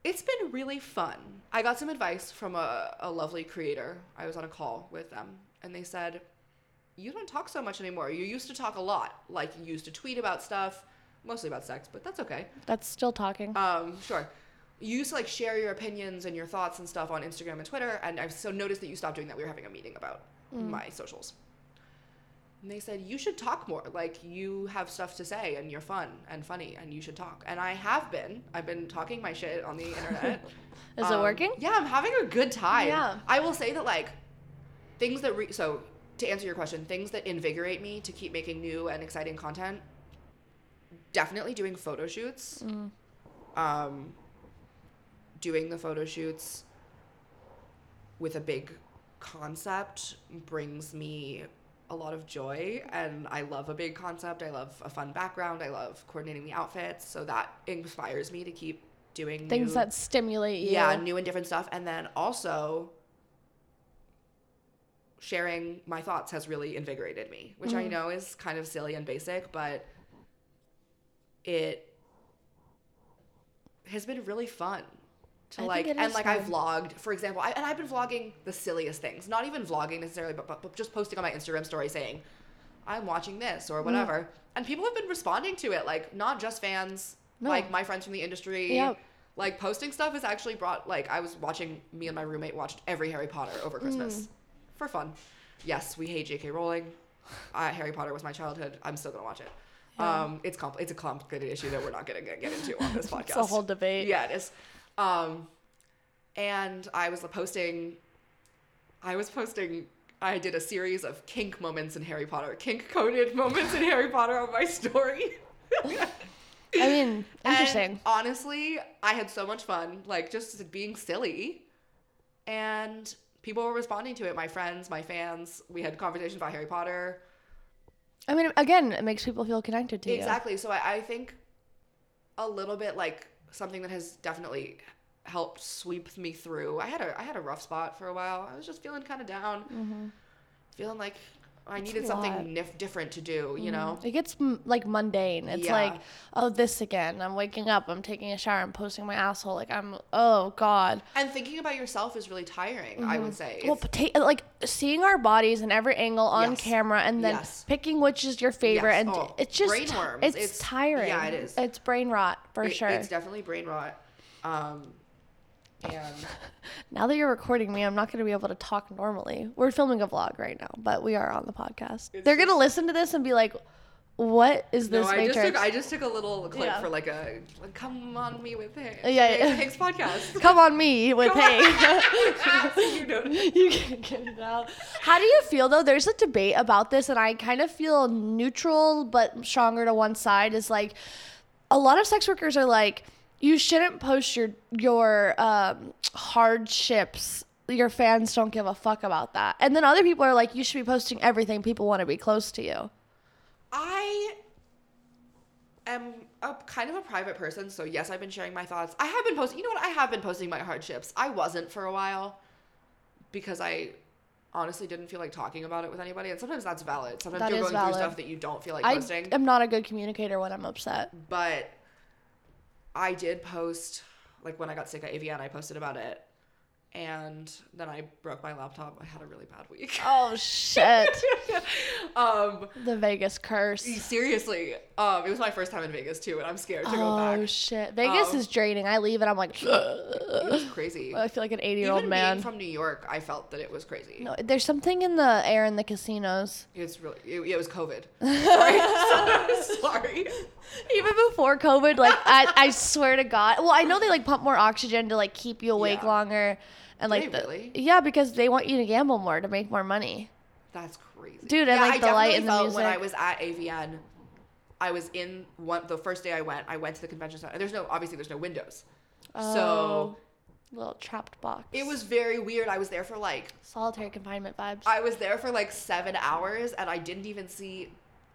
it's been really fun. I got some advice from a, a lovely creator. I was on a call with them, and they said, "You don't talk so much anymore. You used to talk a lot. Like you used to tweet about stuff, mostly about sex, but that's okay." That's still talking. Um, sure. You used to like share your opinions and your thoughts and stuff on Instagram and Twitter, and I've so noticed that you stopped doing that. We were having a meeting about my socials. And they said, You should talk more. Like, you have stuff to say, and you're fun and funny, and you should talk. And I have been. I've been talking my shit on the internet. Is it Um, working? Yeah, I'm having a good time. Yeah. I will say that, like, things that, re- so to answer your question, things that invigorate me to keep making new and exciting content, definitely doing photo shoots Mm. um, doing the photo shoots with a big concept brings me a lot of joy and I love a big concept. I love a fun background. I love coordinating the outfits. So that inspires me to keep doing Things new- that stimulate you. yeah, new and different stuff. And then also sharing my thoughts has really invigorated me, which Mm. I know is kind of silly and basic, but it has been really fun. I to think like it and is like I fun. vlogged, for example, I, and I've been vlogging the silliest things, not even vlogging necessarily, but, but, but just posting on my Instagram story saying, "I'm watching this" Mm. or whatever, and people have been responding to it, like not just fans, No. like my friends from the industry. Yep. Like posting stuff has actually brought like I was watching me and my roommate watched every Harry Potter Mm. over Christmas for fun. Yes, we hate J.K. Rowling. Uh, Harry Potter was my childhood. I'm still gonna watch it. Um, it's compl- it's a complicated issue that we're not gonna get into on this podcast. a whole debate. Yeah, it is. Um, and I was posting. I was posting. I did a series of kink moments in Harry Potter, kink coded moments in Harry Potter on my story. I mean, And interesting. honestly, I had so much fun, like just being silly. And people were responding to it. My friends, my fans. We had conversations about Harry Potter. I mean, again, it makes people feel connected to Exactly. So I, I think a little bit like something that has definitely helped sweep me through. I had a I had a rough spot for a while. I was just feeling kind of down, feeling like I Mm-hmm. It's a needed lot. Mm-hmm. something nif- different to do. You know. you. It gets m- like mundane. It's Yeah. like, oh, this again. I'm waking up. I'm taking a shower. I'm posting my asshole. Like I'm, oh god. And thinking about yourself is really tiring. I would say. It's- Mm-hmm. Well, pota- like seeing our bodies in every angle on Yes. camera, and then Yes. picking which is your favorite, Yes. and Oh, it's just brain ti- worms. It's, It's- tiring. yeah, it is. It's brain rot for it- sure. It's definitely brain rot. Um, and now that you're recording me, I'm not going to be able to talk normally. We're filming a vlog right now, but we are on the podcast. They're going to listen to this and be like, "What is no, this I matrix?" just took I just took a little clip Yeah. for like a like, come on me with Hicks. Yeah, yeah. Hicks podcast. Come on me with hey. you know. you can't get it out. How do you feel though? There's a debate about this, and I kind of feel neutral but stronger to one side. Is like a lot of sex workers are like, you shouldn't post your your um, hardships. Your fans don't give a fuck about that. And then other people are like, you should be posting everything. People want to be close to you. I am a kind of a private person, so yes, I've been sharing my thoughts. I have been posting. You know what? I have been posting my hardships. I wasn't for a while because I honestly didn't feel like talking about it with anybody, and sometimes that's valid. Sometimes That you're is going valid. through stuff that you don't feel like I posting. am not a good communicator when I'm upset. but I did post like when I got sick at AVN, I posted about it, and then I broke my laptop. I had a really bad week. Oh shit! um, the Vegas curse. seriously, um, it was my first time in Vegas too, and I'm scared to go Oh back. shit! Vegas Um, is draining. I leave and I'm like, It was crazy. I feel like an 80 year Even old being man. from New York, I felt that it was crazy. No, there's something in the air in the casinos. It's really it, it was COVID. Sorry, sorry. Even before COVID, like I, I swear to God. Well, I know they like pump more oxygen to like keep you awake Yeah. longer, and they like the- really? yeah, because they want you to gamble more to make more money. That's crazy, Dude, and, like, the light and the when I music. was at AVN, I was in one the first day I went. I went to the convention center. There's no obviously there's no windows, so Oh, little trapped box. it was very weird. I was there for like solitary confinement vibes. I was there for like seven hours, and I didn't even see.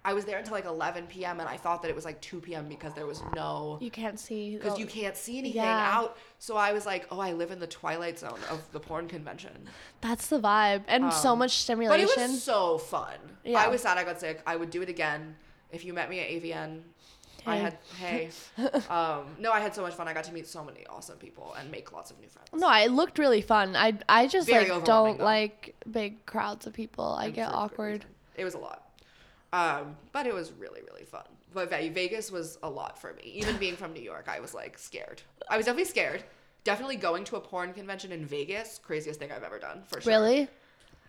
I was there until like 11 p.m. and I thought that it was like 2 p.m. because there was no you can't see because the- you can't see anything Yeah. out. So I was like, oh, I live in the twilight zone of the porn convention. That's the vibe, and so Um, much But stimulation. it was so fun. Yeah. I was sad I got sick. I would do it again. If you met me at AVN, I Hey. had hey. um, no, I had so much fun. I got to meet so many awesome people and make lots of new friends. no, it looked really fun. I I just Very like overwhelming, don't though. like big crowds of people. I And get for good awkward. reason. It was a lot. Um, but it was really, really fun. But Ve- Vegas was a lot for me. Even being from New York, I was like scared. I was definitely scared. Definitely going to a porn convention in Vegas, craziest thing I've ever done for sure. Really?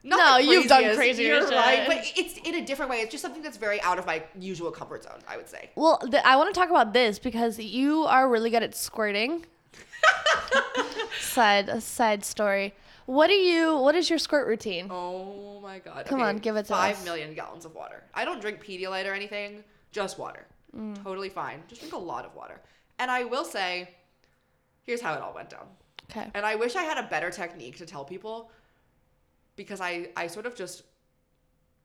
Not No, the you've done craziest, crazier you're shit. right, but it's in a different way. It's just something that's very out of my usual comfort zone. I would say. Well, th- I want to talk about this because you are really good at squirting. side side story. What do you? What is your squirt routine? Oh my god! Come on, give it to five us. million gallons of water. I don't drink Pedialyte or anything. Just water. Mm. Totally fine. Just drink a lot of water. And I will say, here's how it all went down. Okay. And I wish I had a better technique to tell people because I, I sort of just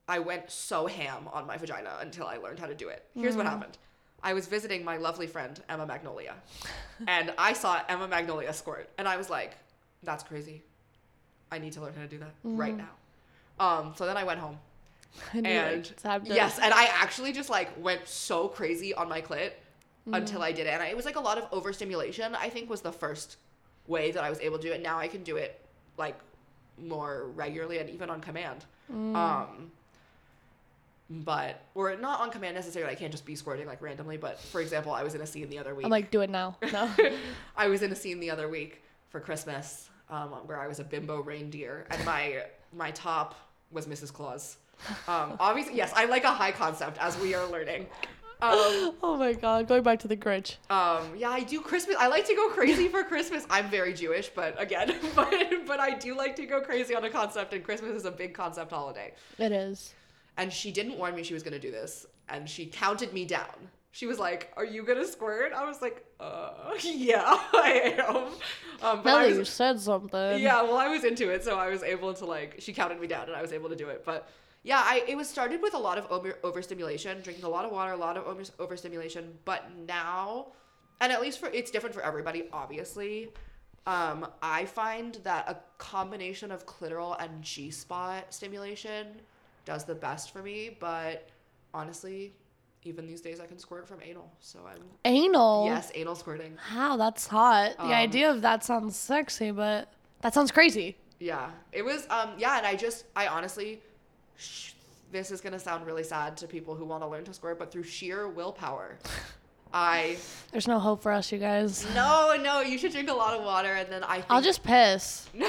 I went so ham on my vagina until I learned how to do it. Here's what happened. I was visiting my lovely friend Emma Magnolia and I saw Emma Magnolia squirt and I was like, that's crazy. I need to learn how to do that right now. Um, so then I went home I knew it. and Tabbed it. yes, and I actually just like went so crazy on my clit until I did it, and I, it was like a lot of overstimulation. I think was the first way that I was able to do it. Now I can do it like more regularly and even on command. Mm. Um, but or not on command necessarily. I can't just be squirting like randomly. But for example, I was in a scene the other week. I'm like, do it now. No. I was in a scene the other week for Christmas um, where I was a bimbo reindeer and my my top was Mrs. Claus. Um, obviously, yes, I like a high concept as we are learning. Um, oh my god, going back to the Grinch. um, yeah, I do Christmas. I like to go crazy for Christmas. I'm very Jewish, but again, but but I do like to go crazy on a concept, and Christmas is a big concept holiday. It is. And she didn't warn me she was gonna do this, and she counted me down. She was like, "Are you gonna squirt?" I was like, "Uh, yeah, I am." Um, but Now I that was- you said something. yeah well i was into it so i was able to like she counted me down and i was able to do it but yeah i it was started with a lot of over, overstimulation drinking a lot of water a lot of over, overstimulation but now and at least for it's different for everybody obviously um i find that a combination of clitoral and g spot stimulation does the best for me but honestly even these days i can squirt from anal so i'm Anal. yes anal squirting Wow, that's hot. The idea of that sounds sexy, but that sounds crazy. Yeah, it was. Um, yeah, and I just, I honestly, sh- this is gonna sound really sad to people who want to learn to squirt, but through sheer willpower, I There's no hope for us, you guys. no, no, you should drink a lot of water, and then I. Think, I'll just piss. no,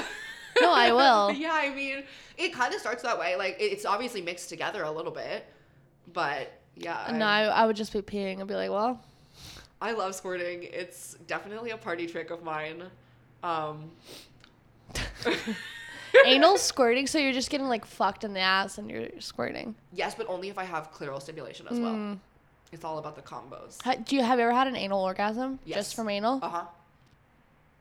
No, I will. yeah, I mean, it kind of starts that way. Like, it, it's obviously mixed together a little bit, but yeah, No, I, I would just be peeing and be like, well, I, I love squirting. It's definitely a party trick of mine. Um, anal squirting. So you're just getting like fucked in the ass and you're squirting. yes, but only if I have clitoral stimulation as Mm. well. It's all about the combos. Ha- Do you have you ever had an anal orgasm? Yes. Just from anal? Uh huh.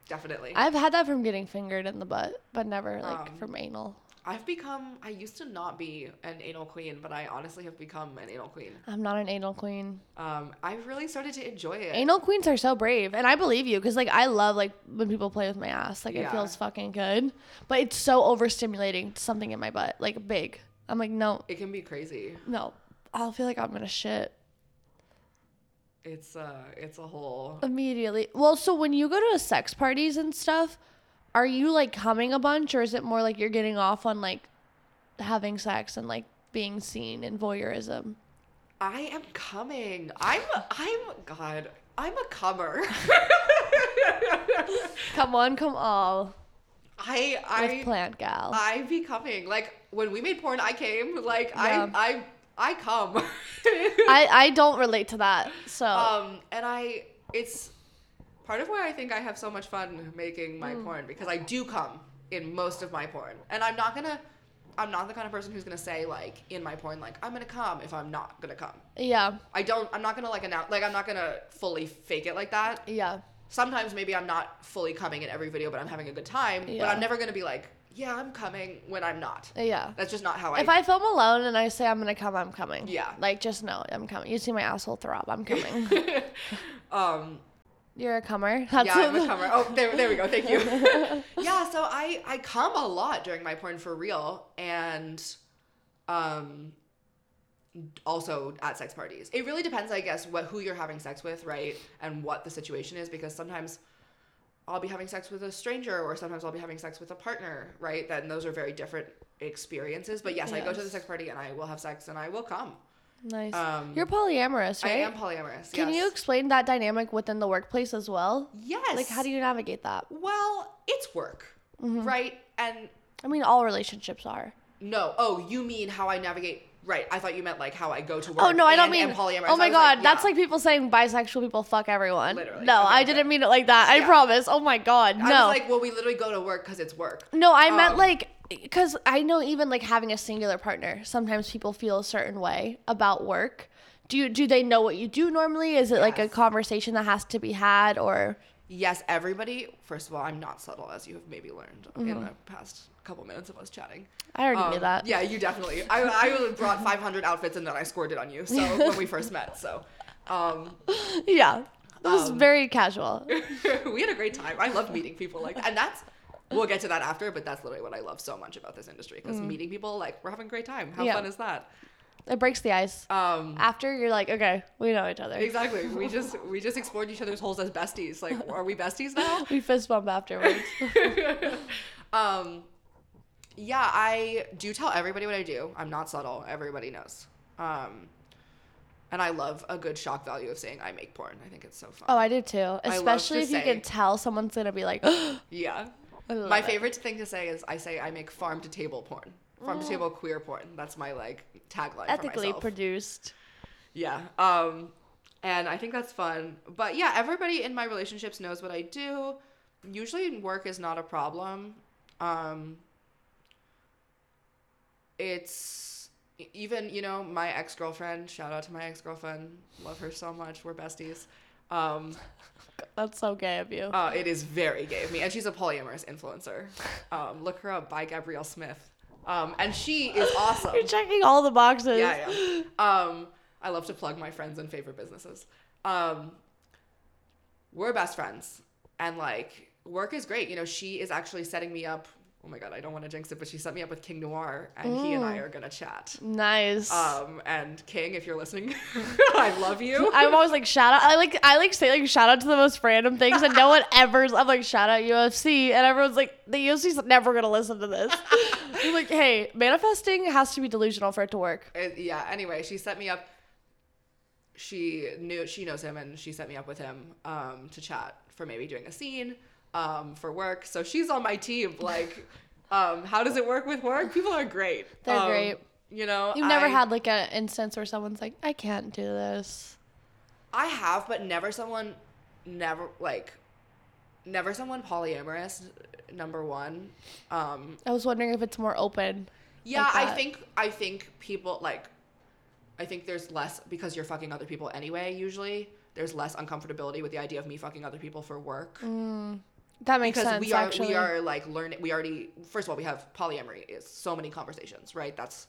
Definitely. I've had that from getting fingered in the butt, but never like Um, from anal. I've become, I used to not be an anal queen, but I honestly have become an anal queen. I'm not an anal queen. Um, I've really started to enjoy it. Anal queens are so brave, and I believe you because like I love like when people play with my ass, like Yeah. it feels fucking good. But it's so overstimulating to something in my butt, like big. I'm like, no, It can be crazy. no, I'll feel like I'm gonna shit It's uh, it's a whole. immediately. Well, so when you go to sex parties and stuff, are you like coming a bunch, or is it more like you're getting off on like having sex and like being seen and voyeurism? I am coming. I'm, I'm, God, I'm a comer. Come on, come all I, with I, plant gal. I be coming. Like when we made porn, I came. Like Yeah. I, I, I come. I, I don't relate to that. So Um, and I, it's part of why I think I have so much fun making my Hmm. porn because I do come in most of my porn, and I'm not gonna, I'm not the kind of person who's gonna say like in my porn like I'm gonna come if I'm not gonna come. yeah, I don't. I'm not gonna like announce. Like I'm not gonna fully fake it like that. yeah. Sometimes maybe I'm not fully coming in every video, but I'm having a good time. But Yeah. I'm never gonna be like, yeah, I'm coming when I'm not. Yeah. That's just not how If I. I film alone and I say I'm gonna come, I'm coming. Yeah. Like just know I'm coming. You see my asshole throb, I'm coming. um, You're a comer. That's yeah, I'm a what- comer. Oh, there, there we go. Thank you. yeah, so I I come a lot during my porn for real, and um, also at sex parties. It really depends, I guess, what who you're having sex with, right, and what the situation is, because sometimes I'll be having sex with a stranger, or sometimes I'll be having sex with a partner, right? Then those are very different experiences. But yes, I go to the Yes. sex party and I will have sex and I will come. Nice. Um, You're polyamorous, I right? am polyamorous. Can yes. you explain that dynamic within the workplace as well? Yes. Like how do you Mm-hmm. navigate that? Well, it's work, right? And I mean, all relationships are. no, oh, you mean how I navigate? Right. I thought you meant like how I go to work. Oh no, I don't and mean. am polyamorous. I Oh my was god, like, that's yeah. like people saying bisexual people fuck everyone. Literally. No, Okay, I okay. didn't mean it like that. I Yeah. promise. Oh my god, no. I was like, well, we literally go to work because it's work. No, I meant Um, like because I know even like having a singular partner, sometimes people feel a certain way about work. Do you do they know what you do normally? Is it like a Yes. conversation that has to be had or Yes, everybody. First of all, I'm not subtle, as you have maybe learned in the past couple minutes of us chatting. I already knew Um, Mm-hmm. that. Yeah, you definitely. I, I brought 500 outfits and then I scored it on you. So when we first met, so um, Yeah. It was Um, very casual. we had a great time. I love meeting people like that. And that's, we'll get to that after, but that's literally what I love so much about this industry because meeting people, like, we're having a great time. How Mm-hmm. Yeah. fun is that? It breaks the ice. Um, After you're like, okay, we know each other. exactly. We just we just explored each other's holes as besties. Like, are we besties now? We fist bump afterwards. Um, yeah, I do tell everybody what I do. I'm not subtle. Everybody knows. Um, and I love a good shock value of saying I make porn. I think it's so fun. oh, I do too. Especially to if you say- can tell someone's gonna be like, Yeah. love My it. favorite thing to say is I say I make farm to table porn. Farm to table queer porn. That's my like tagline. for ethically myself. produced. Yeah. Um, and I think that's fun. But yeah, everybody in my relationships knows what I do. Usually, work is not a problem. Um, it's e- even, you know, my ex girlfriend, shout out to my ex girlfriend. Love her so much. We're besties. Um, That's so gay of you. uh, it is very gay of me. And she's a polyamorous influencer. Um, look her up by Gabrielle Smith. Um, and she is awesome. You're checking all the boxes. Yeah, yeah. Um, I love to plug my friends and favorite businesses. Um, we're best friends, and like work is great. You know, she is actually setting me up. Oh my god, I don't want to jinx it, but she set me up with King Noir, and he and I are gonna chat. Nice. Um, and King, if you're listening, I love you. I'm always like shout out. I like I like say like shout out to the most random things, and no one ever's. I'm like shout out UFC, and everyone's like the UFC's never gonna listen to this. I'm like, hey, manifesting has to be delusional for it to work. Uh, yeah. Anyway, she set me up. She knew she knows him, and she set me up with him um, to chat for maybe doing a scene um, for work. So she's on my team. Like, um, how does it work with work? People are great. They're Um, great. You know, You've never I- had like an instance where someone's like, I can't do this. I have, but never someone, never like, never someone polyamorous. Number one. Um, I was wondering if it's more open. Yeah, like I that. think I think people like I think there's less because you're fucking other people anyway, usually. There's less uncomfortability with the idea of me fucking other people for work. That Mm, makes because sense. we are actually, we are like learning we already first of all we have polyamory is so many conversations, right? That's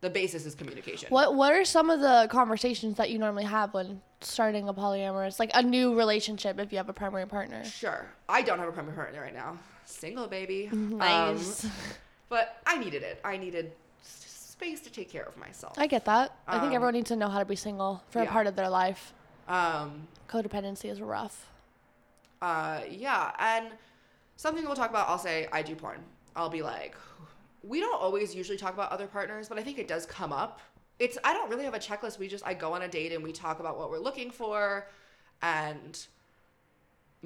the basis is communication. What What are some of the conversations that you normally have when starting a polyamorous, like a new relationship, if you have a primary partner? Sure. I don't have a primary partner right now. Single baby. Um, Mm, Nice. but I needed it. I needed s- space to take care of myself. I get that. I think Um, everyone needs to know how to be single for a yeah. part of their life. um Codependency is rough. uh yeah and something we'll talk about i'll say i do porn i'll be like we don't always usually talk about other partners but i think it does come up it's i don't really have a checklist we just i go on a date and we talk about what we're looking for and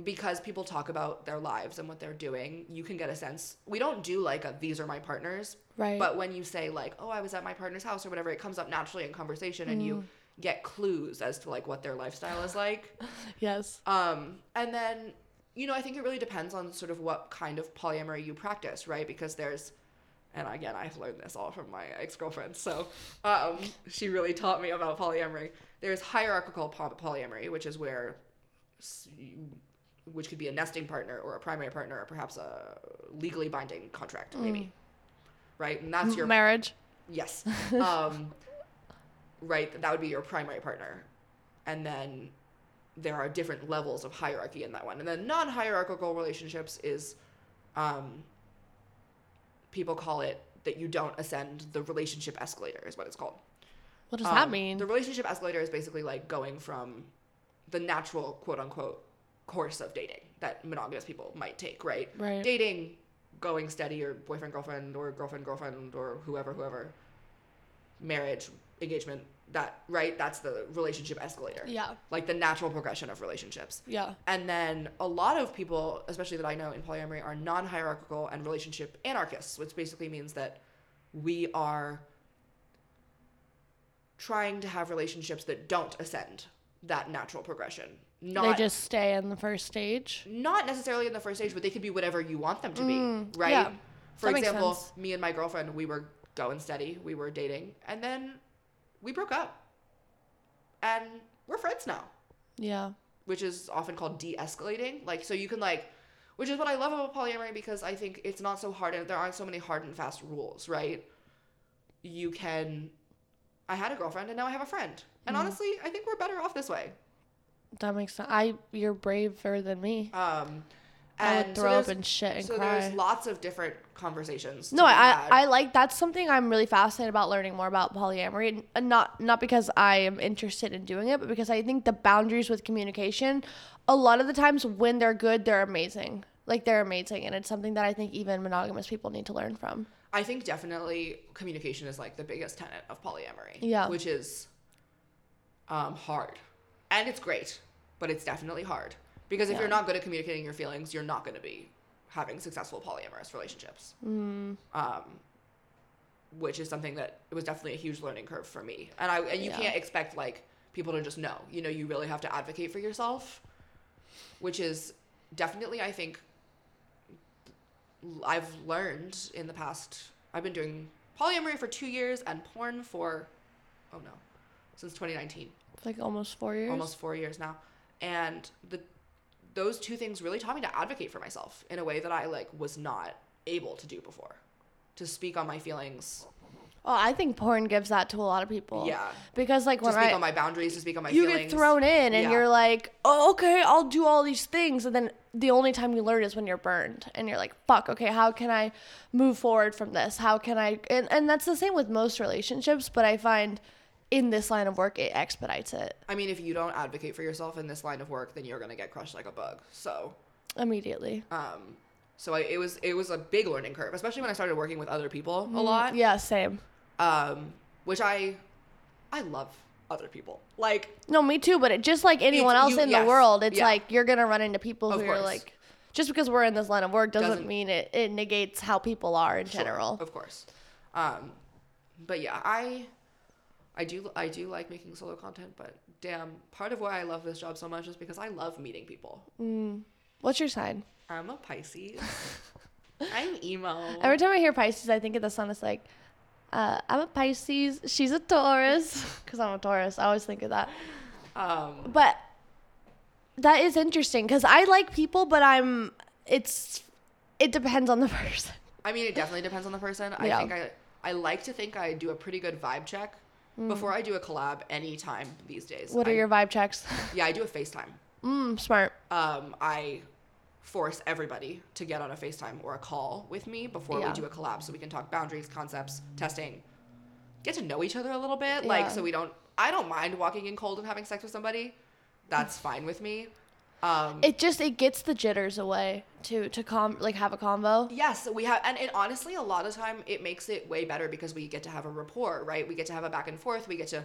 because people talk about their lives and what they're doing you can get a sense we don't do like a these are my partners Right. but when you say like oh i was at my partner's house or whatever it comes up naturally in conversation and you get clues as to like what their lifestyle is like Yes. um, and then, you know, I think it really depends on sort of what kind of polyamory you practice, right? Because there's, and again, I've learned this all from my ex girlfriend. So um, she really taught me about polyamory. There's hierarchical po- polyamory, which is where, s- which could be a nesting partner or a primary partner or perhaps a legally binding contract, maybe. Right? And Mm-hmm. that's your Marriage. Yes. Um, right. That would be your primary partner. And then there are different levels of hierarchy in that one. And then non hierarchical relationships is um, people call it that you don't ascend the relationship escalator, is what it's called. What does that Um, mean? The relationship escalator is basically like going from the natural quote unquote course of dating that monogamous people might take, right? Right. Dating, going steady, or boyfriend, girlfriend, or girlfriend, girlfriend, or whoever, whoever. Marriage, engagement, that, right? That's the relationship escalator. Yeah. Like the natural progression of relationships. yeah. And then a lot of people, especially that I know in polyamory, are non hierarchical and relationship anarchists, which basically means that we are trying to have relationships that don't ascend that natural progression. Not, they just stay in the first stage. not necessarily in the first stage, but they could be whatever you want them to be, right? Mm, yeah. For That makes example, sense. me and my girlfriend, we were going steady, we were dating, and then we broke up. And we're friends now Yeah. which is often called de-escalating. Like so you can like which is what I love about polyamory because I think it's not so hard and there aren't so many hard and fast rules, right? You can I had a girlfriend and now I have a friend. And Mm-hmm. honestly, I think we're better off this way. That makes sense. I you're braver than me. Um I would throw up there's- and shit and so cry. there's lots of different conversations. to No, be I, I had. I like that's something I'm really fascinated about learning more about polyamory, and- and not not because I am interested in doing it, but because I think the boundaries with communication, a lot of the times when they're good, they're amazing. Like they're amazing, and it's something that I think even monogamous people need to learn from. I think definitely communication is like the biggest tenet of polyamory. Yeah. Which is um, hard. And it's great, but it's definitely hard. Because if Yeah. you're not good at communicating your feelings, you're not going to be having successful polyamorous relationships. Mm. Um, which is something that it was definitely a huge learning curve for me. And I and you Yeah. can't expect like people to just know. You know, you really have to advocate for yourself, which is definitely I think I've learned in the past. I've been doing polyamory for two years and porn for, oh no, since 2019, It's like almost four years. almost four years now. And the those two things really taught me to advocate for myself in a way that I like was not able to do before, to speak on my feelings, Well, Oh, I think porn gives that to a lot of people. Yeah. Because like to when speak I on my boundaries, to speak on my you feelings. get thrown in and Yeah. you're like, oh, okay, I'll do all these things. And then the only time you learn is when you're burned and you're like, fuck, okay, how can I move forward from this? How can I? And, and that's the same with most relationships, but I find in this line of work, it expedites it I mean, if you don't advocate for yourself in this line of work, then you're gonna get crushed like a bug. So immediately. um so I, it was it was a big learning curve especially when i started working with other people Mm, a lot Mm-hmm. Yeah, same. um which i i love other people like No, me too, but it, just like anyone It's- else you- in yes, the world, it's yeah. like you're going to run into people Of who are course. like, just because we're in this line of work doesn't, Doesn't- mean it, it negates how people are in sure, general. of course um but yeah i i do i do like making solo content but damn part of why i love this job so much is because i love meeting people What's your sign? i'm a pisces i'm emo Every time I hear Pisces, I think of the sun. It's like, uh, I'm a Pisces. She's a Taurus. Because I'm a Taurus. I always think of that. um But that is interesting because I like people, but I'm, it's, it depends on the person. I mean, it definitely depends on the person. Yeah. I think I I like to think I do a pretty good vibe check before I do a collab anytime these days. Mm. What I- are your vibe checks? Yeah, I do a FaceTime. Mm, smart. Um, I force everybody to get on a FaceTime or a call with me before Yeah. we do a collab so we can talk boundaries, concepts, testing, get to know each other a little bit. Like Yeah. so we don't I don't mind walking in cold and having sex with somebody. That's fine with me. Um It just, it gets the jitters away to, to com, like have a convo. Yes, we have, and it honestly, a lot of time it makes it way better because we get to have a rapport, right? We get to have a back and forth. We get to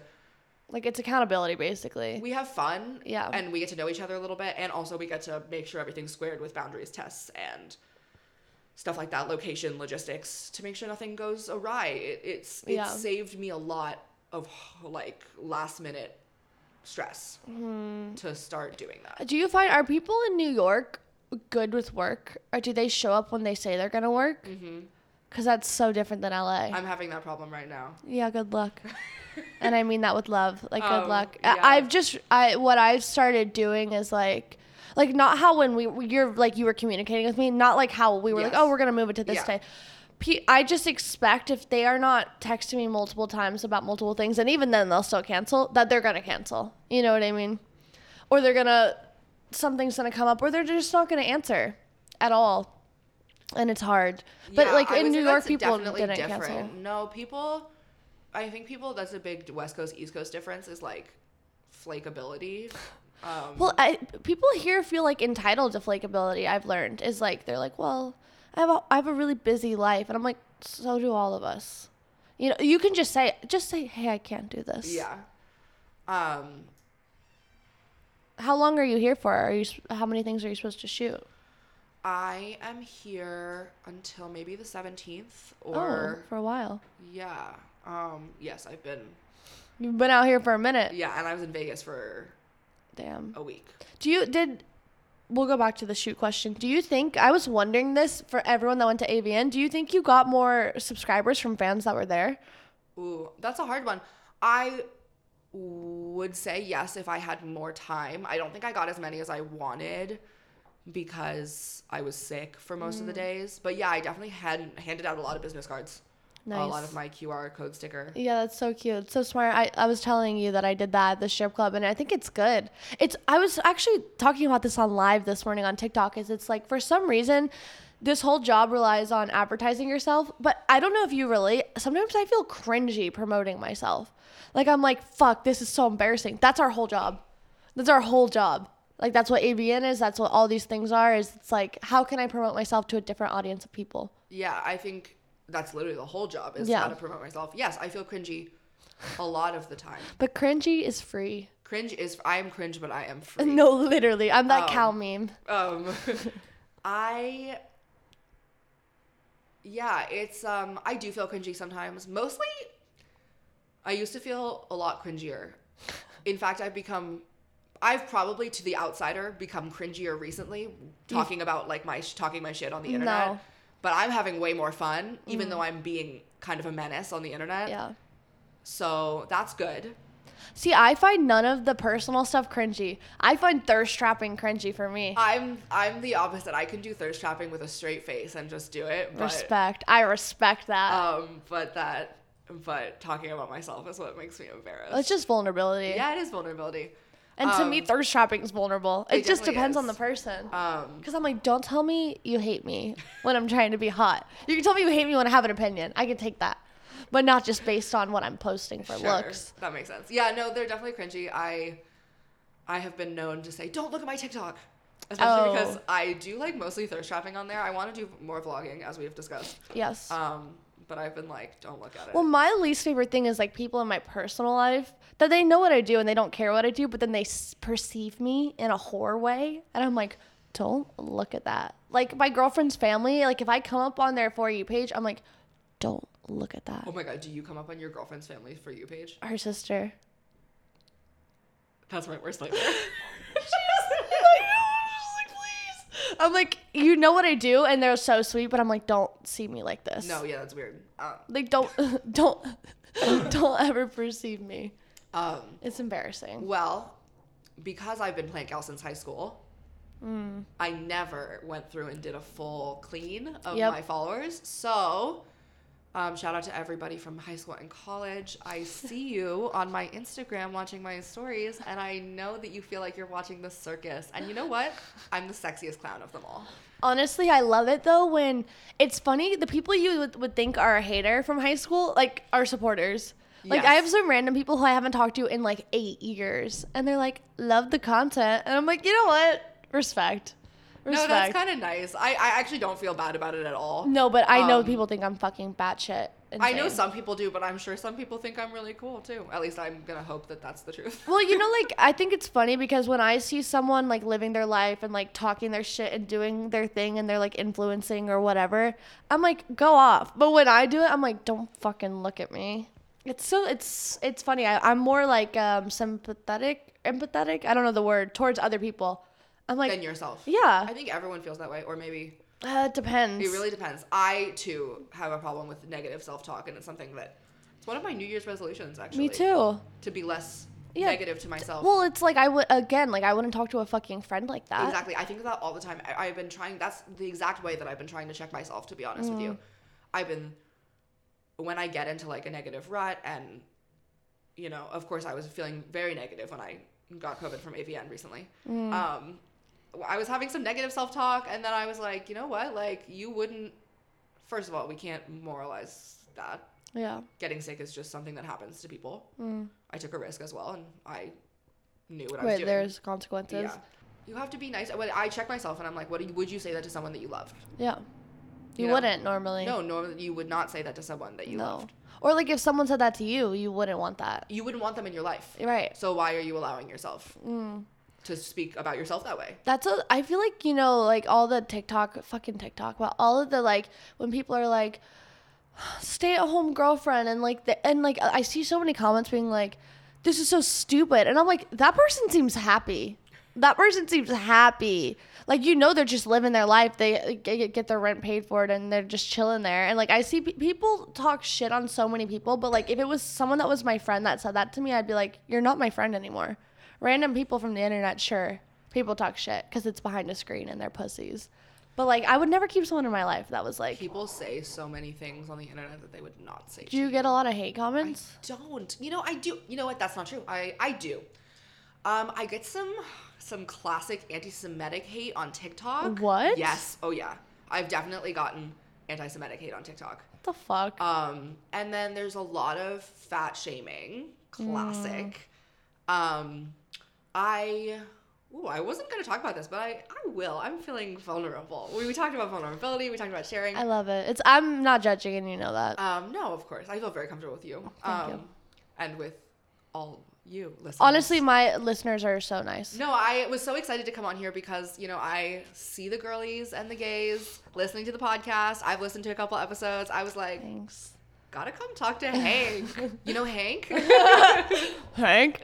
Like it's accountability basically. we have fun, Yeah. and we get to know each other a little bit, and also we get to make sure everything's squared with boundaries, tests, and stuff like that, location, logistics, to make sure nothing goes awry. It, it's it Yeah. saved me a lot of like last minute stress Mm-hmm. to start doing that. Do you find are people in New York good with work, or do they show up when they say they're gonna work? Because that's so different than LA. I'm having that problem right now. yeah, good luck. and I mean that with love. Like good Um, luck. I- yeah. I've just I what I've started doing is like. Like not how when we we- you're like you were communicating with me, not like how we were like Yes. oh we're gonna move it to this Yeah. day. P- I just expect if they are not texting me multiple times about multiple things, and even then they'll still cancel that they're gonna cancel. You know what I mean? or they're gonna something's gonna come up or they're just not gonna answer at all and it's hard but Yeah, like I in would new say york that's people definitely didn't different. cancel No, people. I think people. That's a big West Coast East Coast difference is like flakeability. Um, well I, people here feel like entitled to flakeability i've learned is like they're like well I have, a, I have a really busy life and i'm like so do all of us you know you can just say just say hey i can't do this yeah. Um, how long are you here for are you s- how many things are you supposed to shoot I am here until maybe the seventeenth, or oh for a while yeah. Um, yes, I've been. you've been out here for a minute Yeah, and I was in Vegas for damn a week. Do you did we'll go back to the shoot question. Do you think I was wondering this for everyone that went to AVN, do you think you got more subscribers from fans that were there? Ooh, that's a hard one. I would say yes if I had more time. I don't think I got as many as I wanted Mm. because I was sick for most of the days. But yeah, I definitely had handed out a lot of business cards. all on Nice. of my QR code sticker. Yeah, that's so cute. So smart. I, I was telling you that I did that at the strip club and I think it's good. It's I was actually talking about this on live this morning on TikTok is it's like for some reason this whole job relies on advertising yourself, but I don't know if you really sometimes I feel cringy promoting myself. Like I'm like, fuck, this is so embarrassing. That's our whole job. That's our whole job. Like that's what ABN is, that's what all these things are, is it's like how can I promote myself to a different audience of people? Yeah, I think that's literally the whole job is Yeah. how to promote myself. Yes, I feel cringy a lot of the time. But cringy is free. Cringe is I am cringe, but I am free. No, literally. I'm that Oh. cow meme. um i yeah it's um i do feel cringy sometimes mostly i used to feel a lot cringier in fact i've become i've probably to the outsider become cringier recently talking about like my sh- talking my shit on the internet Mm. No. Mm. but i'm having way more fun even though i'm being kind of a menace on the internet Yeah. so that's good See, I find none of the personal stuff cringy. I find thirst trapping cringy for me. i'm i'm the opposite i can do thirst trapping with a straight face and just do it but respect. I respect that. Um, but that, but talking about myself is what makes me embarrassed. it's just vulnerability. yeah, it is vulnerability. And to me, thirst trapping is vulnerable. It, it just definitely depends is. on the person. Um, Because I'm like, don't tell me you hate me when I'm trying to be hot. You can tell me you hate me when I have an opinion. I can take that. But not just based on what I'm posting for sure, looks. That makes sense. Yeah, no, they're definitely cringy. I, I have been known to say, "Don't look at my TikTok," especially Oh. because I do like mostly thirst trapping on there. I want to do more vlogging, as we have discussed. Yes. Um, but I've been like, "Don't look at it." Well, my least favorite thing is like people in my personal life that they know what I do and they don't care what I do, but then they s- perceive me in a whore way, and I'm like, don't look at that. Like my girlfriend's family, like if I come up on their for you page, I'm like, don't look at that. oh my god, do you come up on your girlfriend's family for you page? Her sister. That's my worst nightmare. I'm like, you know what I do, and they're so sweet, but I'm like, don't see me like this. no, yeah, that's weird. Um, Like don't, don't, don't ever perceive me. um, It's embarrassing. Well, because I've been plant gal since high school, Hmm. I never went through and did a full clean of Yep. my followers. So, um, shout out to everybody from high school and college. I see you on my Instagram watching my stories, and I know that you feel like you're watching the circus. And you know what? I'm the sexiest clown of them all. Honestly, I love it though when it's funny. The people you would, would think are a hater from high school, like, are supporters. Like, I Yes. have some random people who I haven't talked to in like eight years, and they're like, love the content. And I'm like, you know what? Respect. Respect. No, that's kind of nice. I, I actually don't feel bad about it at all. No, but I know Um, people think I'm fucking batshit. I know insane. some people do, but I'm sure some people think I'm really cool too. At least I'm gonna hope that that's the truth. Well, you know, like I think it's funny because when I see someone like living their life and like talking their shit and doing their thing and they're like influencing or whatever, I'm like, go off. But when I do it, I'm like, don't fucking look at me. It's so it's it's funny. I, I'm more like um sympathetic, empathetic. I don't know the word towards other people. I'm like, than yourself. yeah, I think everyone feels that way, or maybe uh, it depends. it really depends. I too have a problem with negative self talk, and it's something that it's one of my New Year's resolutions actually. me too. To be less Yeah. negative to myself. Well, it's like I would again, like I wouldn't talk to a fucking friend like that. exactly. I think of that all the time. I, I've been trying. That's the exact way that I've been trying to check myself. To be honest with you, Mm-hmm. I've been when I get into like a negative rut, and you know, of course, I was feeling very negative when I got COVID from AVN recently. Mm. Um, I was having some negative self talk, and then I was like, you know what? Like, you wouldn't. First of all, we can't moralize that Yeah. getting sick is just something that happens to people. I took a risk as well, and I knew what I was Mm. Right. doing. There's consequences. Yeah. You have to be nice. When I check myself and I'm like, what do you- would you say that to someone that you loved? Yeah. You, You know? wouldn't normally. No, normally you would not say that to someone that you no. loved. Or like if someone said that to you, you wouldn't want that. You wouldn't want them in your life. Right. So why are you allowing yourself Mm. to speak about yourself that way? That's a, I feel like, you know, like all the TikTok, fucking TikTok, but all of the like, when people are like, stay at home girlfriend, and like, the, and like, I see so many comments being like, this is so stupid. And I'm like, that person seems happy. That person seems happy. Like, you know, they're just living their life. They uh, g- get their rent paid for it and they're just chilling there. And like, I see pe- people talk shit on so many people, but like, if it was someone that was my friend that said that to me, I'd be like, you're not my friend anymore. Random people from the internet, sure. People talk shit because it's behind a screen and they're pussies. But like, I would never keep someone in my life that was like. People say so many things on the internet that they would not say. Do you get a lot of hate comments? Don't. You know, I do. You know what? That's not true. I I do. Um, I get some some classic anti-Semitic hate on TikTok. What? Yes. Oh yeah. I've definitely gotten anti-Semitic hate on TikTok. What the fuck? Um, and then there's a lot of fat shaming. Classic. Mm. Um, I. Ooh, I wasn't gonna talk about this, but I, I will. I'm feeling vulnerable. We, we talked about vulnerability. We talked about sharing. I love it. It's I'm not judging, and you know that. Um, no, of course. I feel very comfortable with you. Oh, Thank um, you. And with all you listeners. Honestly, my listeners are so nice. No, I was so excited to come on here because, you know, I see the girlies and the gays listening to the podcast. I've listened to a couple episodes. I was like, Thanks, gotta come talk to Hank. you know Hank? Hank.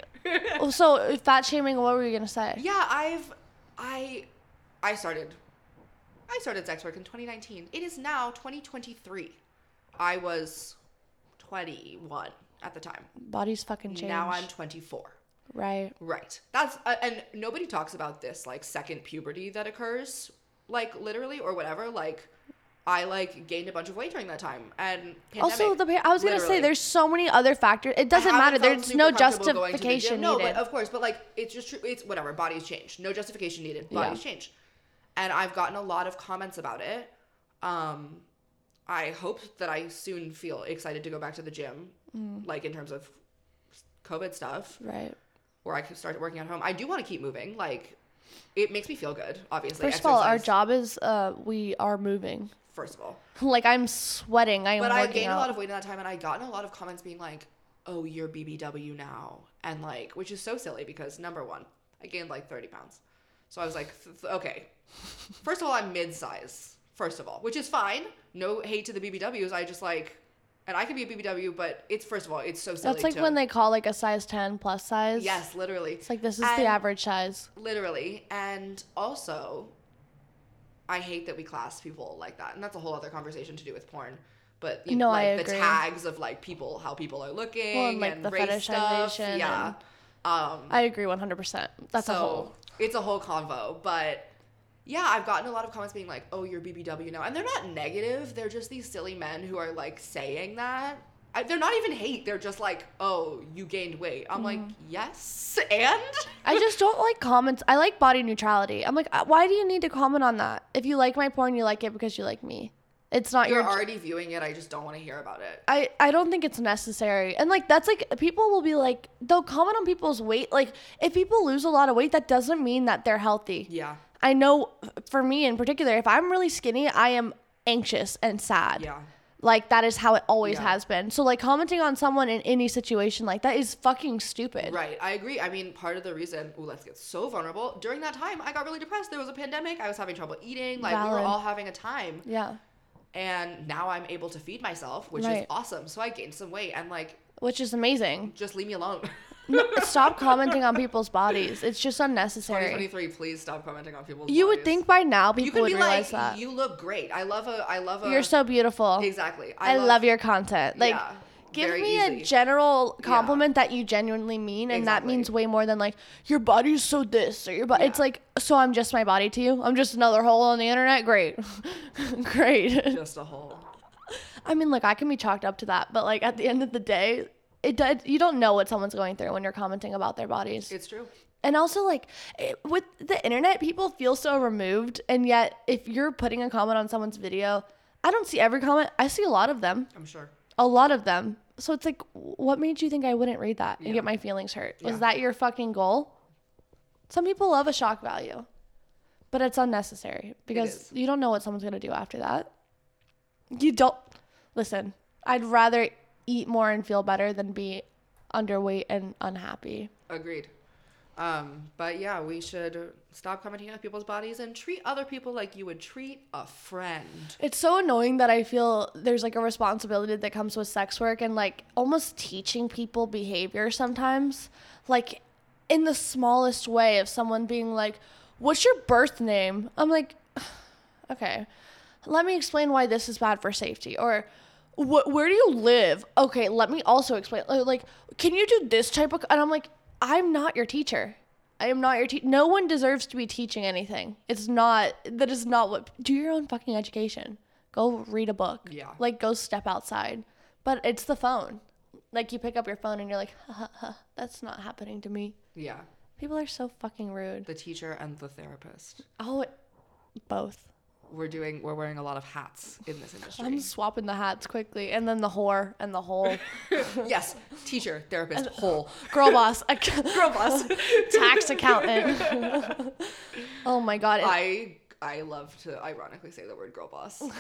Oh, so fat shaming. What were you gonna say? yeah, I've I I started I started sex work in 2019. It is now 2023. I was 21 at the time. Bodies fucking change. Now I'm 24. right. Right. That's uh, and nobody talks about this like second puberty that occurs, like literally or whatever. Like, I like gained a bunch of weight during that time and pandemic, Also, the pa- I was gonna literally. say there's so many other factors. It I doesn't haven't matter. felt There's super no comfortable going to the justification gym. No, needed. but of course, but like it's just true. It's whatever. Bodies change. No justification needed. Bodies change, and I've gotten a lot of comments about it. Um, I hope that I soon feel excited to go back to the gym, Mm. like in terms of COVID stuff right. where I could start working at home. I do want to keep moving. Like, it makes me feel good, obviously. First of all, our exercise, job is uh, we are moving. First of all. like I'm sweating. I am But I working gained out. a lot of weight in that time, and I gotten a lot of comments being like, oh, you're BBW now. And like, which is so silly because number one, I gained like 30 pounds. So I was like, th- th- okay. First of all, I'm mid size, first of all, which is fine. No hate to the BBWs. I just like, and I could be a BBW, but it's first of all, it's so silly. That's like to- when they call like a size 10 plus size. Yes, literally. It's like this is And- the average size. literally and also i hate that we class people like that and that's a whole other conversation to do with porn but you know No, I like the agree. tags of like people how people are looking Well, and, and, like, the race stuff fetishization yeah um I agree 100%. That's so a whole. it's a whole convo but yeah i've gotten a lot of comments being like oh you're bbw now and they're not negative they're just these silly men who are like saying that I, they're not even hate they're just like oh you gained weight i'm like yes and Mm-hmm. I just don't like comments. I like body neutrality. I'm like, uh, why do you need to comment on that? If you like my porn, you like it because you like me. It's not You're your. already viewing it. I just don't want to hear about it. I, I don't think it's necessary. And like that's like people will be like they'll comment on people's weight. Like if people lose a lot of weight, that doesn't mean that they're healthy. Yeah. I know for me in particular, if I'm really skinny, I am anxious and sad. Yeah. Like that is how it always Yeah. has been. So like commenting on someone in any situation like that is fucking stupid. Right. I agree. I mean, part of the reason, ooh, let's get so vulnerable. During that time, I got really depressed. There was a pandemic. I was having trouble eating. Like, we were Valid. all having a time. Yeah. And now I'm able to feed myself, which is Right. awesome. So I gained some weight and, like, Which is amazing. just leave me alone. Stop commenting on people's bodies. It's just unnecessary. 2023, please stop commenting on people's You would bodies. think by now you people could would be like, realize that. you look great. I love a, I love a, You're so beautiful. exactly. I love, your content. Like Yeah. give Very me easy. a general compliment that you genuinely mean and that Exactly. means way more than like your body's so this or your body it's Yeah. like so I'm just my body to you. I'm just another hole on the internet. Great. Great. just a whole. I mean, look, I can be chalked up to that, but like at the end of the day, it does, you don't know what someone's going through when you're commenting about their bodies. It's true. and also like it, with the internet, people feel so removed, and yet if you're putting a comment on someone's video, I don't see every comment. I see a lot of them, I'm sure. a lot of them. So it's like what made you think I wouldn't read that and get my feelings hurt? Was Yeah. that your fucking goal? Some people love a shock value, but it's unnecessary because is. you don't know what someone's going to do after that. You don't listen. I'd rather eat more and feel better than be underweight and unhappy. Agreed. Um, but yeah, we should stop commenting on people's bodies and treat other people like you would treat a friend. It's so annoying that I feel there's like a responsibility that comes with sex work and like almost teaching people behavior sometimes. Like in the smallest way of someone being like, What's your birth name? I'm like, Okay, let me explain why this is bad for safety. Or "Wh- where do you live? Okay, uh, let me also explain. Like, like, can you do this type of. And I'm like, I'm not your teacher. I am not your teacher. No one deserves to be teaching anything. It's not, that is not what, do your own fucking education. Go read a book. Yeah. Like, go step outside. But it's the phone. Like, you pick up your phone and you're like, ha, ha, ha, that's not happening to me. Yeah. People are so fucking rude. The teacher and the therapist. Oh, it, both. We're doing we're wearing a lot of hats in this industry. I'm swapping the hats quickly. And then the whore and the whole yes. Teacher, therapist, whole. girl boss, a Girl boss. tax accountant. oh my God. And I I love to ironically say the word girl boss.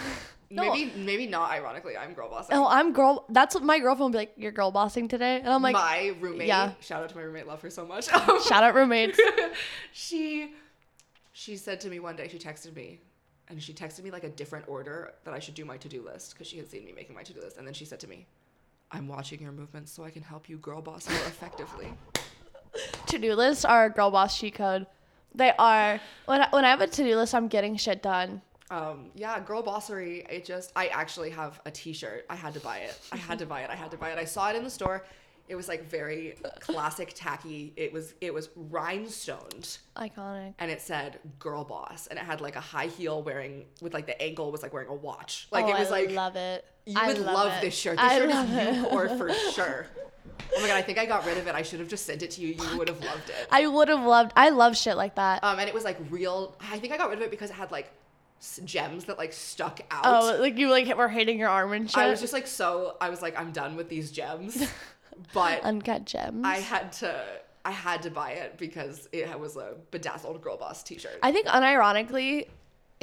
No. Maybe maybe not ironically, I'm girl boss. Oh, I'm girl. That's what my girlfriend would be like. You're girl bossing today, and I'm like, my roommate, yeah. shout out to my roommate, love her so much. shout out roommates. she she said to me one day she texted me and she texted me like a different order that i should do my to-do list because she had seen me making my to-do list and then she said to me i'm watching your movements so i can help you girl boss more effectively to do lists are a girl boss cheat code. They are. When I, when I have a to do list, I'm getting shit done. um, yeah girl bossery it just i actually have a t-shirt i had to buy it i had to buy it i had to buy it i saw it in the store it was like very classic tacky it was it was rhinestoned Iconic. and it said girl boss and it had like a high heel wearing with like the ankle was like wearing a watch like oh, it was I like love it. You I would love, it. this shirt. This I shirt love is it. you core for sure. Oh my god, I think I got rid of it. I should have just sent it to you. You would have loved it. I would have loved. I love shit like that. Um, and it was like real. I think I got rid of it because it had like s- gems that like stuck out. oh, like you like were hitting your arm and shit. I was just like so. I was like, I'm done with these gems. But uncut gems. I I, had to. I had to buy it because it was a bedazzled girl boss T-shirt. think unironically,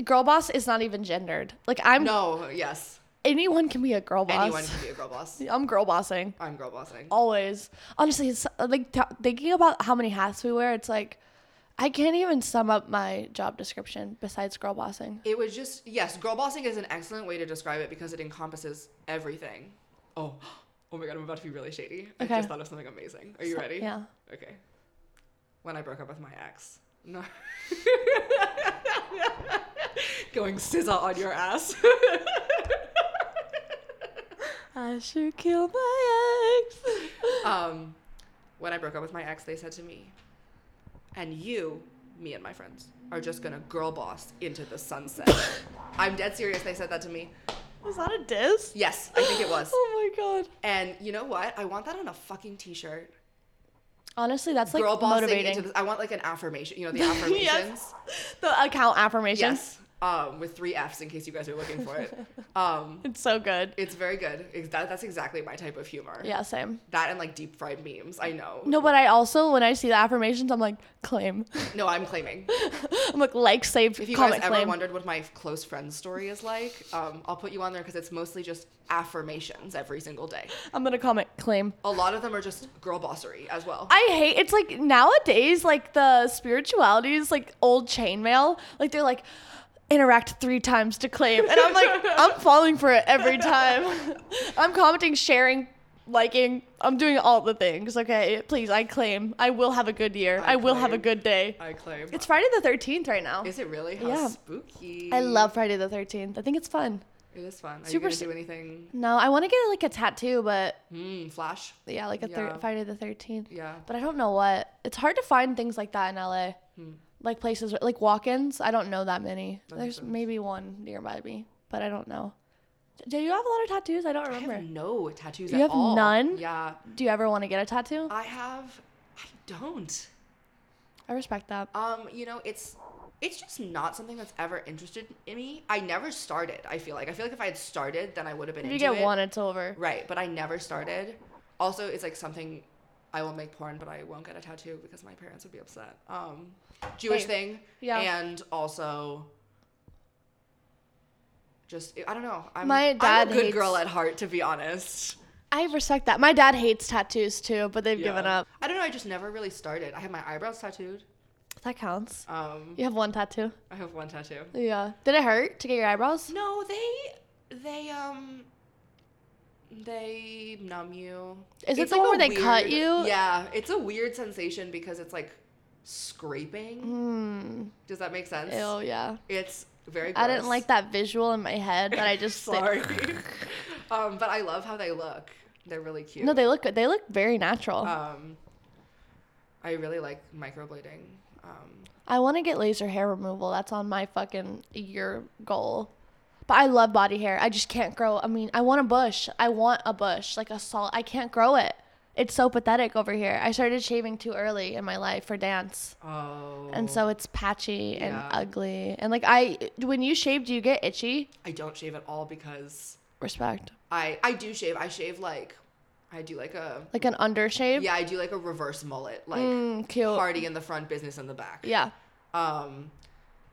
girl boss is not even gendered. Like I'm. no, yes, Anyone can be a girl boss. anyone can be a girl boss. I'm girl bossing. I'm girl bossing. always honestly it's uh, like t- thinking about how many hats we wear it's like i can't even sum up my job description besides girl bossing It was just yes, girl bossing is an excellent way to describe it because it encompasses everything. Oh, oh my god, I'm about to be really shady. I Okay. just thought of something amazing. Are you So- ready? yeah. Okay. When I broke up with my ex. No. Going scissor on your ass. i should kill my ex um, when I broke up with my ex, they said to me, and you, me and my friends, are just gonna girl boss into the sunset. I'm dead serious. They said that to me. was that a diss Yes, I think it was. oh my god And you know what? I want that on a fucking t-shirt. honestly that's like Girl bossing into motivating this. I want like an affirmation. You know the affirmations. yes. the account affirmations Yes. Um, with three F's in case you guys are looking for it. Um, it's so good it's very good. Ex- That, that's exactly my type of humor. yeah same That and like deep fried memes. I know. no but i also when i see the affirmations i'm like claim No, I'm claiming. i'm like like save If you comment guys ever claim wondered what my close friend story is like, um, I'll put you on there because it's mostly just affirmations every single day. i'm gonna comment claim A lot of them are just girl bossery as well. I hate it's like nowadays like the spirituality is like old chainmail. Like they're like interact three times to claim, and I'm like I'm falling for it every time. I'm commenting, sharing, liking. I'm doing all the things. Okay, please, I claim. I will have a good year. I, will have a claim. good day. I, claim. It's Friday the 13th right now. is it really? How Yeah. spooky. I love Friday the 13th. I think it's fun. It is fun. Are Super you gonna si- do anything? No, I want to get like a tattoo, but Mm, flash. yeah, like a thir- Yeah. Friday the 13th. Yeah. But I don't know what. It's hard to find things like that in LA. Like places like walk-ins. I don't know that many. Hmm. That makes There's sense. maybe one nearby me, but I don't know. Do you have a lot of tattoos? I don't I remember. have no tattoos You at have all. none? Yeah. Do you ever want to get a tattoo? I have I don't. I respect that. Um, you know, it's it's just not something that's ever interested in me. I never started, I feel like. I feel like if I had started, then I would have been If you into get it. one, it's over. Right, but I never started. Also, it's like something I will make porn, but I won't get a tattoo because my parents would be upset. Um, Jewish Hey, thing, yeah. and also just I don't know. I'm, My I'm dad a good hates- girl at heart, to be honest. I respect that. My dad hates tattoos too, but they've given Yeah. up. I don't know. I just never really started. I had my eyebrows tattooed. That counts. Um, You have one tattoo. I have one tattoo. Yeah. Did it hurt to get your eyebrows? No, they they um they numb you. Is it It's the like one a where they cut weird- you? Yeah, it's a weird sensation because it's like scraping. Hmm. Does that make sense? Ew. Yeah. It's very. Gross. I didn't like that visual in my head that I just Sorry. um, but I love how they look. They're really cute. Uh. No, they look good. They look very natural. Um, I really like microblading. Um, I want to get laser hair removal. That's on my fucking year goal. But I love body hair. I just can't grow. I mean, I want a bush. I want a bush, like a solid. I can't grow it. It's so pathetic over here. I started shaving too early in my life for dance. oh. And so it's patchy and Yeah. ugly. And like I when you shave, do you get itchy? I don't shave at all because Respect. I I do shave. I shave like I do like a Like an undershave? yeah I do like a reverse mullet like Mm, cute. party in the front, business in the back. Yeah. Um.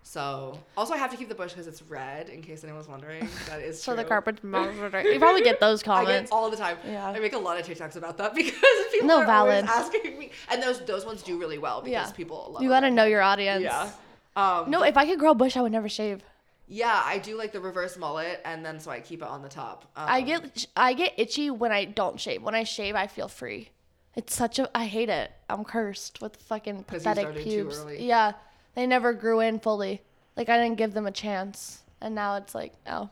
So also I have to keep the bush because it's red. In case anyone's wondering, that is So the true. carpet's monitored. You probably get those I get comments. all the time. Yeah. I make a lot of TikToks about that because people No, are valid. always asking me, and those those ones do really well because Yeah. people love. You them. gotta know your audience. Yeah. Um, No, if I could grow a bush, I would never shave. Yeah, I do like the reverse mullet, and then so I keep it on the top. Um, I get I get itchy when I don't shave. When I shave, I feel free. It's such a I hate it. I'm cursed with fucking 'Cause you pathetic started too pubes. early. Yeah, they never grew in fully. Like I didn't give them a chance, and now it's like oh,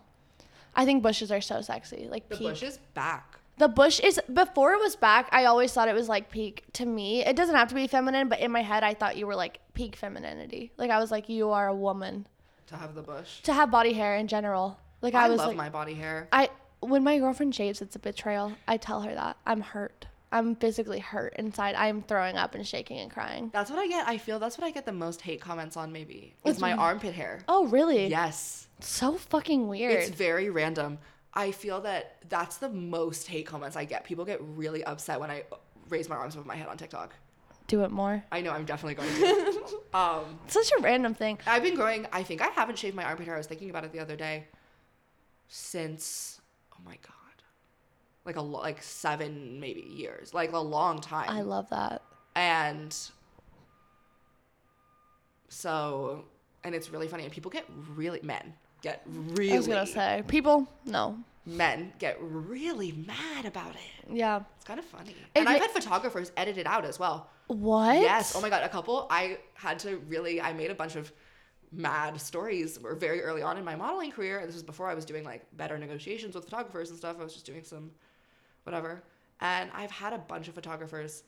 I think bushes are so sexy. Like the peak. bush is back. The bush is before it was back. I always thought it was like peak to me. It doesn't have to be feminine, but in my head, I thought you were like peak femininity. Like I was like you are a woman to have the bush. to have body hair in general. Like I, I, was love like, my body hair. I when my girlfriend shaves, it's a betrayal. I tell her that I'm hurt. I'm physically hurt inside. I'm throwing up and shaking and crying. That's what I get. I feel that's what I get the most hate comments on. Maybe is my armpit hair. Oh, really? Yes, So fucking weird. it's very random. I feel that that's the most hate comments I get. People get really upset when I raise my arms above my head on TikTok. Do it more. I know I'm definitely going to. um, It's such a random thing. I've been growing. I think I haven't shaved my armpit hair. I was thinking about it the other day. Since oh my god, like a lo- like seven maybe years, like a long time. I love that. and so and it's really funny and people get really men get really I was gonna say people. No. men get really mad about it Yeah. it's kind of funny and ma- i've had photographers edit it out as well What? yes oh my god a couple i had to really i made a bunch of mad stories were very early on in my modeling career and this was before i was doing like better negotiations with photographers and stuff i was just doing some whatever and i've had a bunch of photographers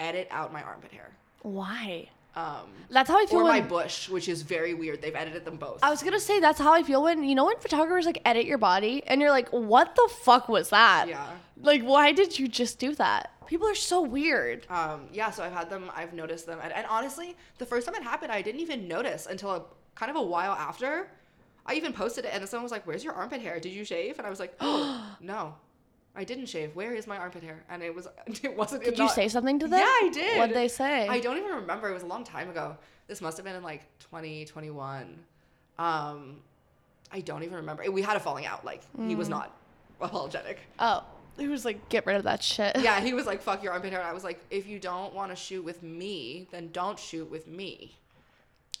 edit out my armpit hair Why? um That's how I feel or my when. bush, which is very weird. They've edited them both. I was gonna say that's how I feel when you know when photographers like edit your body and you're like, what the fuck was that? yeah. Like, why did you just do that? People are so weird. Um, yeah, so I've had them, I've noticed them. And, and honestly, the first time it happened, I didn't even notice until a, kind of a while after. I even posted it, and someone was like, Where's your armpit hair? Did you shave? And I was like, Oh, no, I didn't shave. Where is my armpit hair? And it was, it wasn't. Did you say something to them? Yeah, I did. What'd they say? I don't even remember. It was a long time ago. This must have been in like 2021. Um, I don't even remember. We had a falling out. Like, he Hmm. was not apologetic. Oh, he was like, get rid of that shit. yeah, he was like, "Fuck your armpit hair." And I was like, "If you don't want to shoot with me, then don't shoot with me."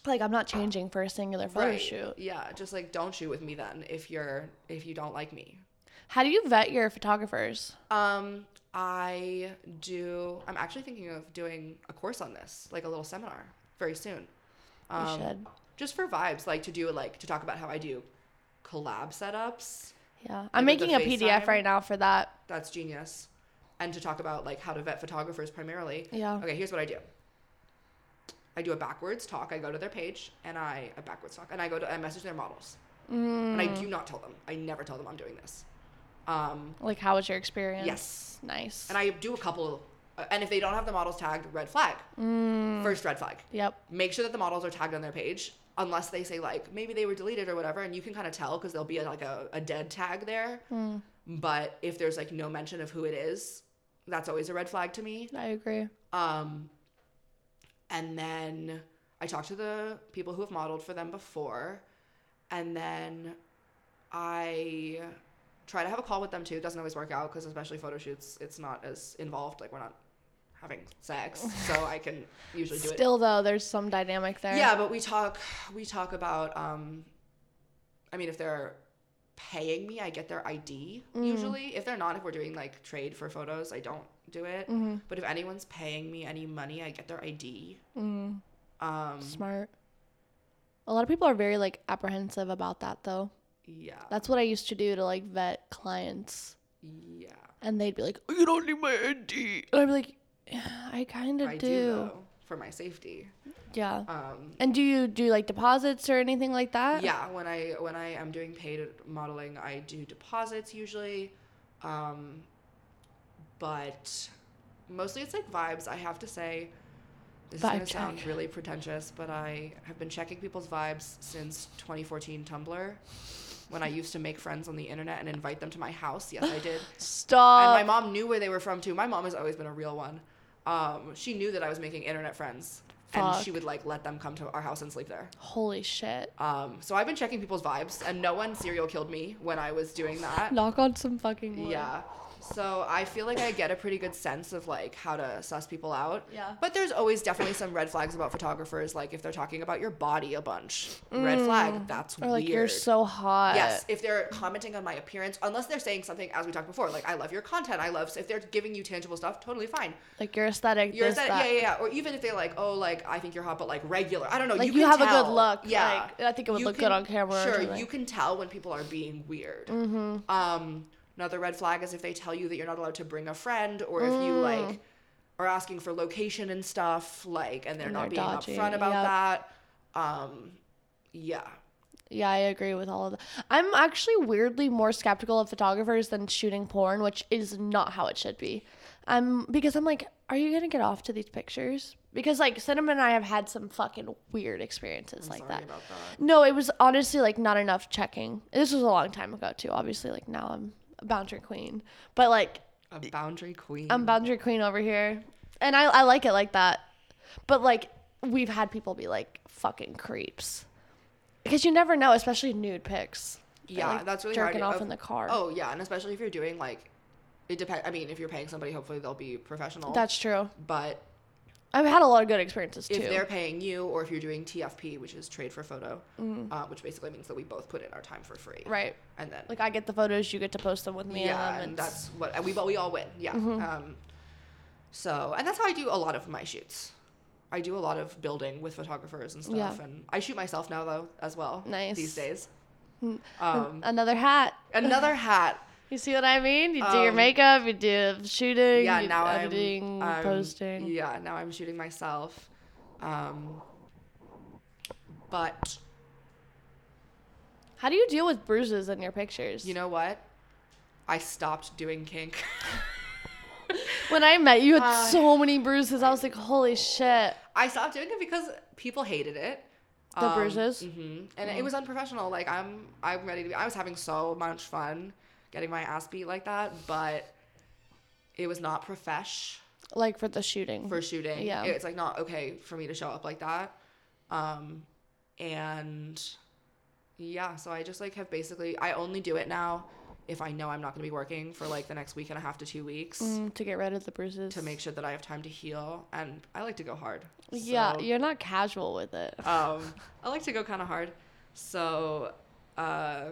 Like, I'm not changing for a singular photo shoot. Yeah, just like don't shoot with me then if you're if you don't like me. How do you vet your photographers? Um, I do. I'm actually thinking of doing a course on this, like a little seminar, very soon. You Um, should. Just for vibes, like to do like to talk about how I do collab setups. Yeah. I'm like with making the a PDF FaceTime? right now for that. That's genius. And to talk about like how to vet photographers primarily. Yeah. Okay, here's what I do. I do a backwards talk. I go to their page and I a backwards talk and I go to I message their models. And I do not tell them. I never tell them I'm doing this. Um, Like, how was your experience? Yes. Nice. and I do a couple. uh, And if they don't have the models tagged, red flag. First red flag. yep. Make sure that the models are tagged on their page, unless they say like maybe they were deleted or whatever, and you can kind of tell because there'll be like a, a dead tag there. But if there's like no mention of who it is, that's always a red flag to me. I agree. Um, and then I talked to the people who have modeled for them before, and then I try to have a call with them too. It doesn't always work out because especially photo shoots, it's not as involved. Like we're not having sex, so I can usually do it. Still, though, there's some dynamic there. Yeah, but we talk we talk about um I mean if they're paying me, I get their ID usually. If they're not, if we're doing like trade for photos, I don't do it. But if anyone's paying me any money, I get their ID. Um Smart. A lot of people are very, like, apprehensive about that, though. yeah. That's what I used to do to, like, vet clients. Yeah. "Oh, And they'd be like, you don't need my ID. And I'd be like, I kind of I do. do though, for my safety. Yeah. Um, and do you do like deposits or anything like that? yeah, when I when I am doing paid modeling, I do deposits usually, um, but mostly it's like vibes. I have to say, this is Vibe gonna sound check. really pretentious, but I have been checking people's vibes since 2014 Tumblr, when I used to make friends on the internet and invite them to my house. Yes, I did. and Stop. my mom knew where they were from too. My mom has always been a real one. Um, she knew that I was making internet friends, and she Fuck. would like let them come to our house and sleep there. Holy shit. Um, so I've been checking people's vibes, and no one serial killed me when I was doing that. Knock on some fucking wood. Yeah. So I feel like I get a pretty good sense of like how to suss people out. Yeah. But there's always definitely some red flags about photographers, like if they're talking about your body a bunch. Red flag. That's Mm. Or like weird. you're so hot. Yes, if they're commenting on my appearance, unless they're saying something as we talked before, like I love your content, I love. If they're giving you tangible stuff, totally fine. Like your aesthetic. You're this, that, that. yeah, yeah, yeah. Or even if they're like, oh, like I think you're hot, but like regular. I don't know. Like, you you can have a good tell. look, Yeah, like, I think it would look good on camera or Sure, something. you can tell when people are being weird. Mm-hmm. Um, another red flag is if they tell you that you're not allowed to bring a friend, or if Mm. you like are asking for location and stuff, like, and they're And not they're being dodgy, upfront about yep. that. Um, yeah. Yeah, I agree with all of that. I'm actually weirdly more skeptical of photographers than shooting porn, which is not how it should be. I'm because I'm like, are you gonna get off to these pictures? Because like Cinnamon and I have had some fucking weird experiences like Sorry that. about that. No, it was honestly like not enough checking. This was a long time ago too. Obviously, like now I'm a boundary queen, but like A boundary queen. I'm boundary queen over here, and I I like it like that. But like we've had people be like fucking creeps, because you never know, especially nude pics. They're, Yeah, like, that's really hard. jerking off Of- in the car. Oh yeah, and especially if you're doing like, it depends. I mean, if you're paying somebody, hopefully they'll be professional. that's true. but I've had a lot of good experiences too. if they're paying you, or if you're doing TFP, which is trade for photo, uh, which basically means that we both put in our time for free, Mm. right, And then like I get the photos, you get to post them with me. and, yeah, Mm-hmm. them, and and that's what and we all- we all win. Yeah. Um, so and that's how I do a lot of my shoots. I do a lot of building with photographers and stuff, Yeah. and I shoot myself now though as well. Nice. Mm. these days. Um, another hat. another hat. You see what I mean? You do your Um, makeup, you do shooting, yeah, you now do I'm- editing, I'm, posting. Yeah, now I'm shooting myself. Um, but How do you deal with bruises in your pictures? you know what? I stopped doing kink. when I met you, you had Uh, so many bruises. I was like, holy shit. I stopped doing it because people hated it. The bruises? hmm and it was unprofessional. Like I'm, I'm ready to be. I was having so much fun getting my ass beat like that, but it was not profesh. Like for the shooting. for shooting. Yeah. It's like not okay for me to show up like that. Um and yeah, so I just like have basically I only do it now if I know I'm not going to be working for like the next week and a half to 2 weeks Mm, to get rid of the bruises. to make sure that I have time to heal and I like to go hard. Yeah, So, you're not casual with it. um I like to go kind of hard. So uh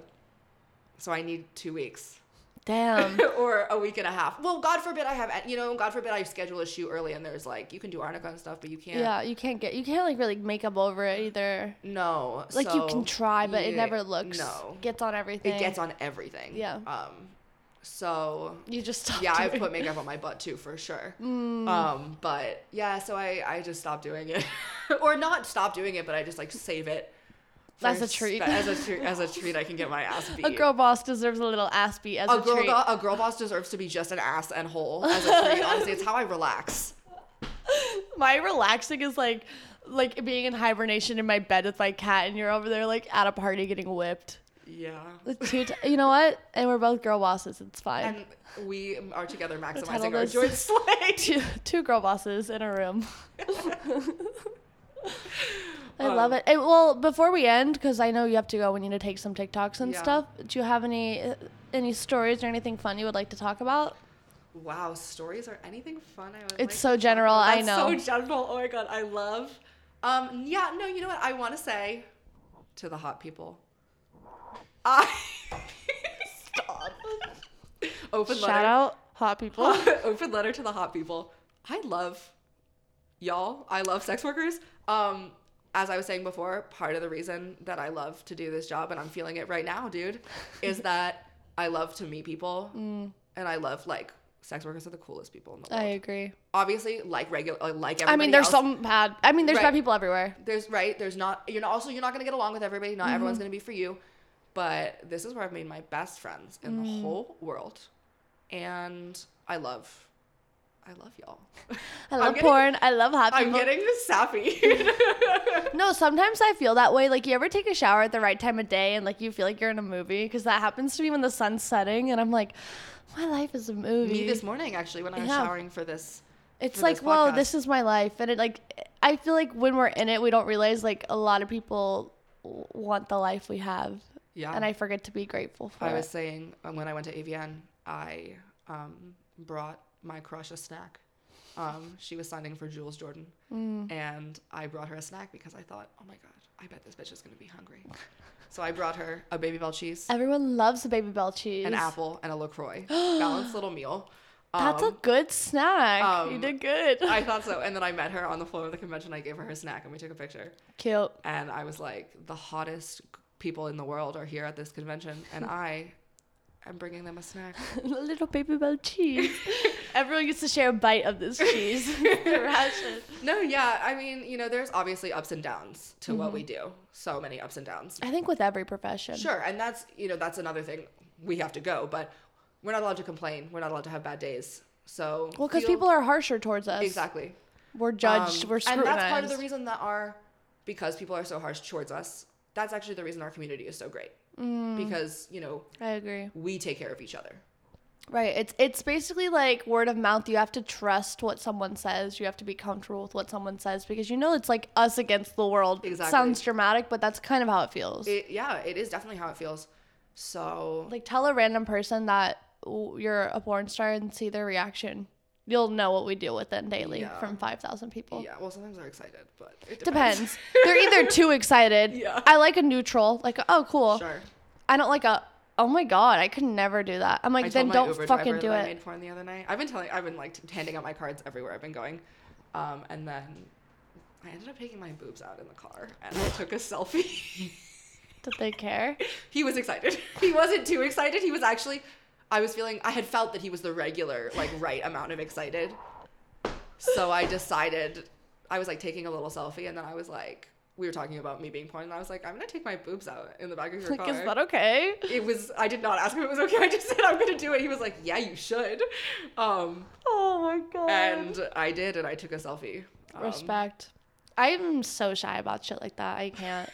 so I need 2 weeks. Damn. or a week and a half. Well, God forbid I have, you know, God forbid I schedule a shoot early and there's like, you can do Arnica and stuff, but you can't. yeah, you can't get, you can't like really make up over it either. No. Like you so- can try, but it yeah, never looks. No. Gets on everything. It gets on everything. Yeah. Um. So You just stop. yeah, I've doing put it. makeup on my butt too for sure. Mm. Um. But yeah, so I I just stopped doing it, or not stop doing it, but I just like save it. for As a treat. spe- as a treat. As a treat, I can get my ass beat. A girl boss deserves a little ass beat as a, A girl, treat. bo- a girl boss deserves to be just an ass and whole as a treat. Honestly, it's how I relax. My relaxing is like, like being in hibernation in my bed with my cat, and you're over there like at a party getting whipped. Yeah. The two, t- you know what? And we're both girl bosses. It's fine. And we are together title maximizing our is- joint slate. two, two girl bosses in a room. I Um, love it. Eh, well, before we end, because I know you have to go, we need to take some TikToks and Yeah. stuff. Do you have any eh, any stories or anything fun you would like to talk about? Wow, stories are anything fun. I would It's like so to talk general, about. I That's know. So general. Oh my god, I love. Um, yeah, no, you know what I want to say to the hot people. I stop. Open Shout letter. out, hot people. Open letter to the hot people. I love y'all. I love sex workers. Um, as I was saying before, part of the reason that I love to do this job and I'm feeling it right now, dude, is that I love to meet people and I love like Sex workers are the coolest people in the world. Mm. I agree. Obviously, like regular, like everybody. I mean, there's else, some bad. I mean, there's Right. bad people everywhere. There's right. There's not. You're not. Also, you're not gonna get along with everybody. Mm-hmm. Not everyone's gonna be for you. But this is where I've made my best friends in Mm. the whole world, and I love, I love y'all. I I'm love getting- porn. I love hot I'm people. getting sappy. No, sometimes I feel that way. Like, you ever take a shower at the right time of day and, like, you feel like you're in a movie? Because that happens to me when the sun's setting, and I'm like, my life is a movie. Me this morning actually when I was Yeah. showering for this. it's for like, this whoa, podcast. this is my life. And it, like, I feel like when we're in it, we don't realize, like, a lot of people w- want the life we have. Yeah. And I forget to be grateful for I was it. saying um, when I went to AVN, I um, brought my crush a snack. Um, she was signing for Jules Jordan, Mm. and I brought her a snack because I thought, oh my god, I bet this bitch is gonna be hungry. so I brought her a baby bell cheese, Everyone loves the baby bell cheese. an apple, and a Lacroix, balanced little meal. That's Um, a good snack. you um, did good. I thought so, and then I met her on the floor of the convention. I gave her her snack, and we took a picture. Cute. and I was like, the hottest people in the world are here at this convention, and I am bringing them a snack. little baby bell cheese. Everyone gets to share a bite of this cheese. Ration. No, yeah, I mean, you know, there's obviously ups and downs to what we Mm-hmm. do. So many ups and downs. I think with every profession. Sure, and that's you know that's another thing we have to go, but we're not allowed to complain. We're not allowed to have bad days. So Well, because people are harsher towards us. exactly We're judged. Um, we're and scrutinized. that's part of the reason that our because people are so harsh towards us. That's actually the reason our community is so great Mm. because you know I agree. we take care of each other. Right. It's it's basically like word of mouth. You have to trust what someone says. You have to be comfortable with what someone says because you know it's like us against the world. Exactly. Sounds dramatic, but that's kind of how it feels. It, yeah, it is definitely how it feels. So like tell a random person that w- you're a porn star and see their reaction. You'll know what we deal with then daily Yeah. from five thousand people. yeah, well, sometimes they're excited, but it depends. Depends. They're either too excited. Yeah. I like a neutral, like oh cool. Sure. I don't like a oh my god, I could never do that. I'm like I then told my don't Uber fucking driver do that I it. made porn the other night. I've been telling, I've been like t- handing out my cards everywhere I've been going, um, and then I ended up taking my boobs out in the car and I took a selfie. Did they care? he was excited. He wasn't too excited. He was actually. I was feeling. I had felt that he was the regular, like, right amount of excited. So I decided. I was like taking a little selfie, and then I was like, we were talking about me being porn, and I was like, I'm gonna take my boobs out in the back of your Like car. is that okay? it was. I did not ask him if it was okay. I just said I'm gonna do it. He was like, Yeah, you should. Um, Oh my god. and I did, and I took a selfie. Um, respect. I'm so shy about shit like that. I can't.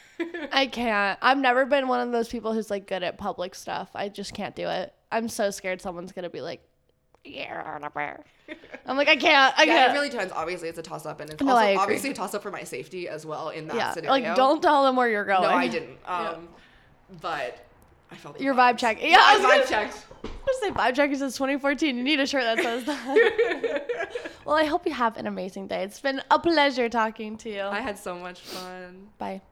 I can't. I've never been one of those people who's like good at public stuff. I just can't do it. I'm so scared someone's gonna be like, yeah, whatever." I'm like, I can't. I Yeah, can't. it really depends. Obviously, it's a toss up, and it's No, I also agree. obviously a toss up for my safety as well in that yeah. scenario. Like, don't tell them where you're going. No, I didn't. Um, But I felt the Your vibes. vibe check. Yeah, I I was gonna vibe checked. I say vibe checkers since 2014. You need a shirt that says that. well, I hope you have an amazing day. It's been a pleasure talking to you. I had so much fun. Bye.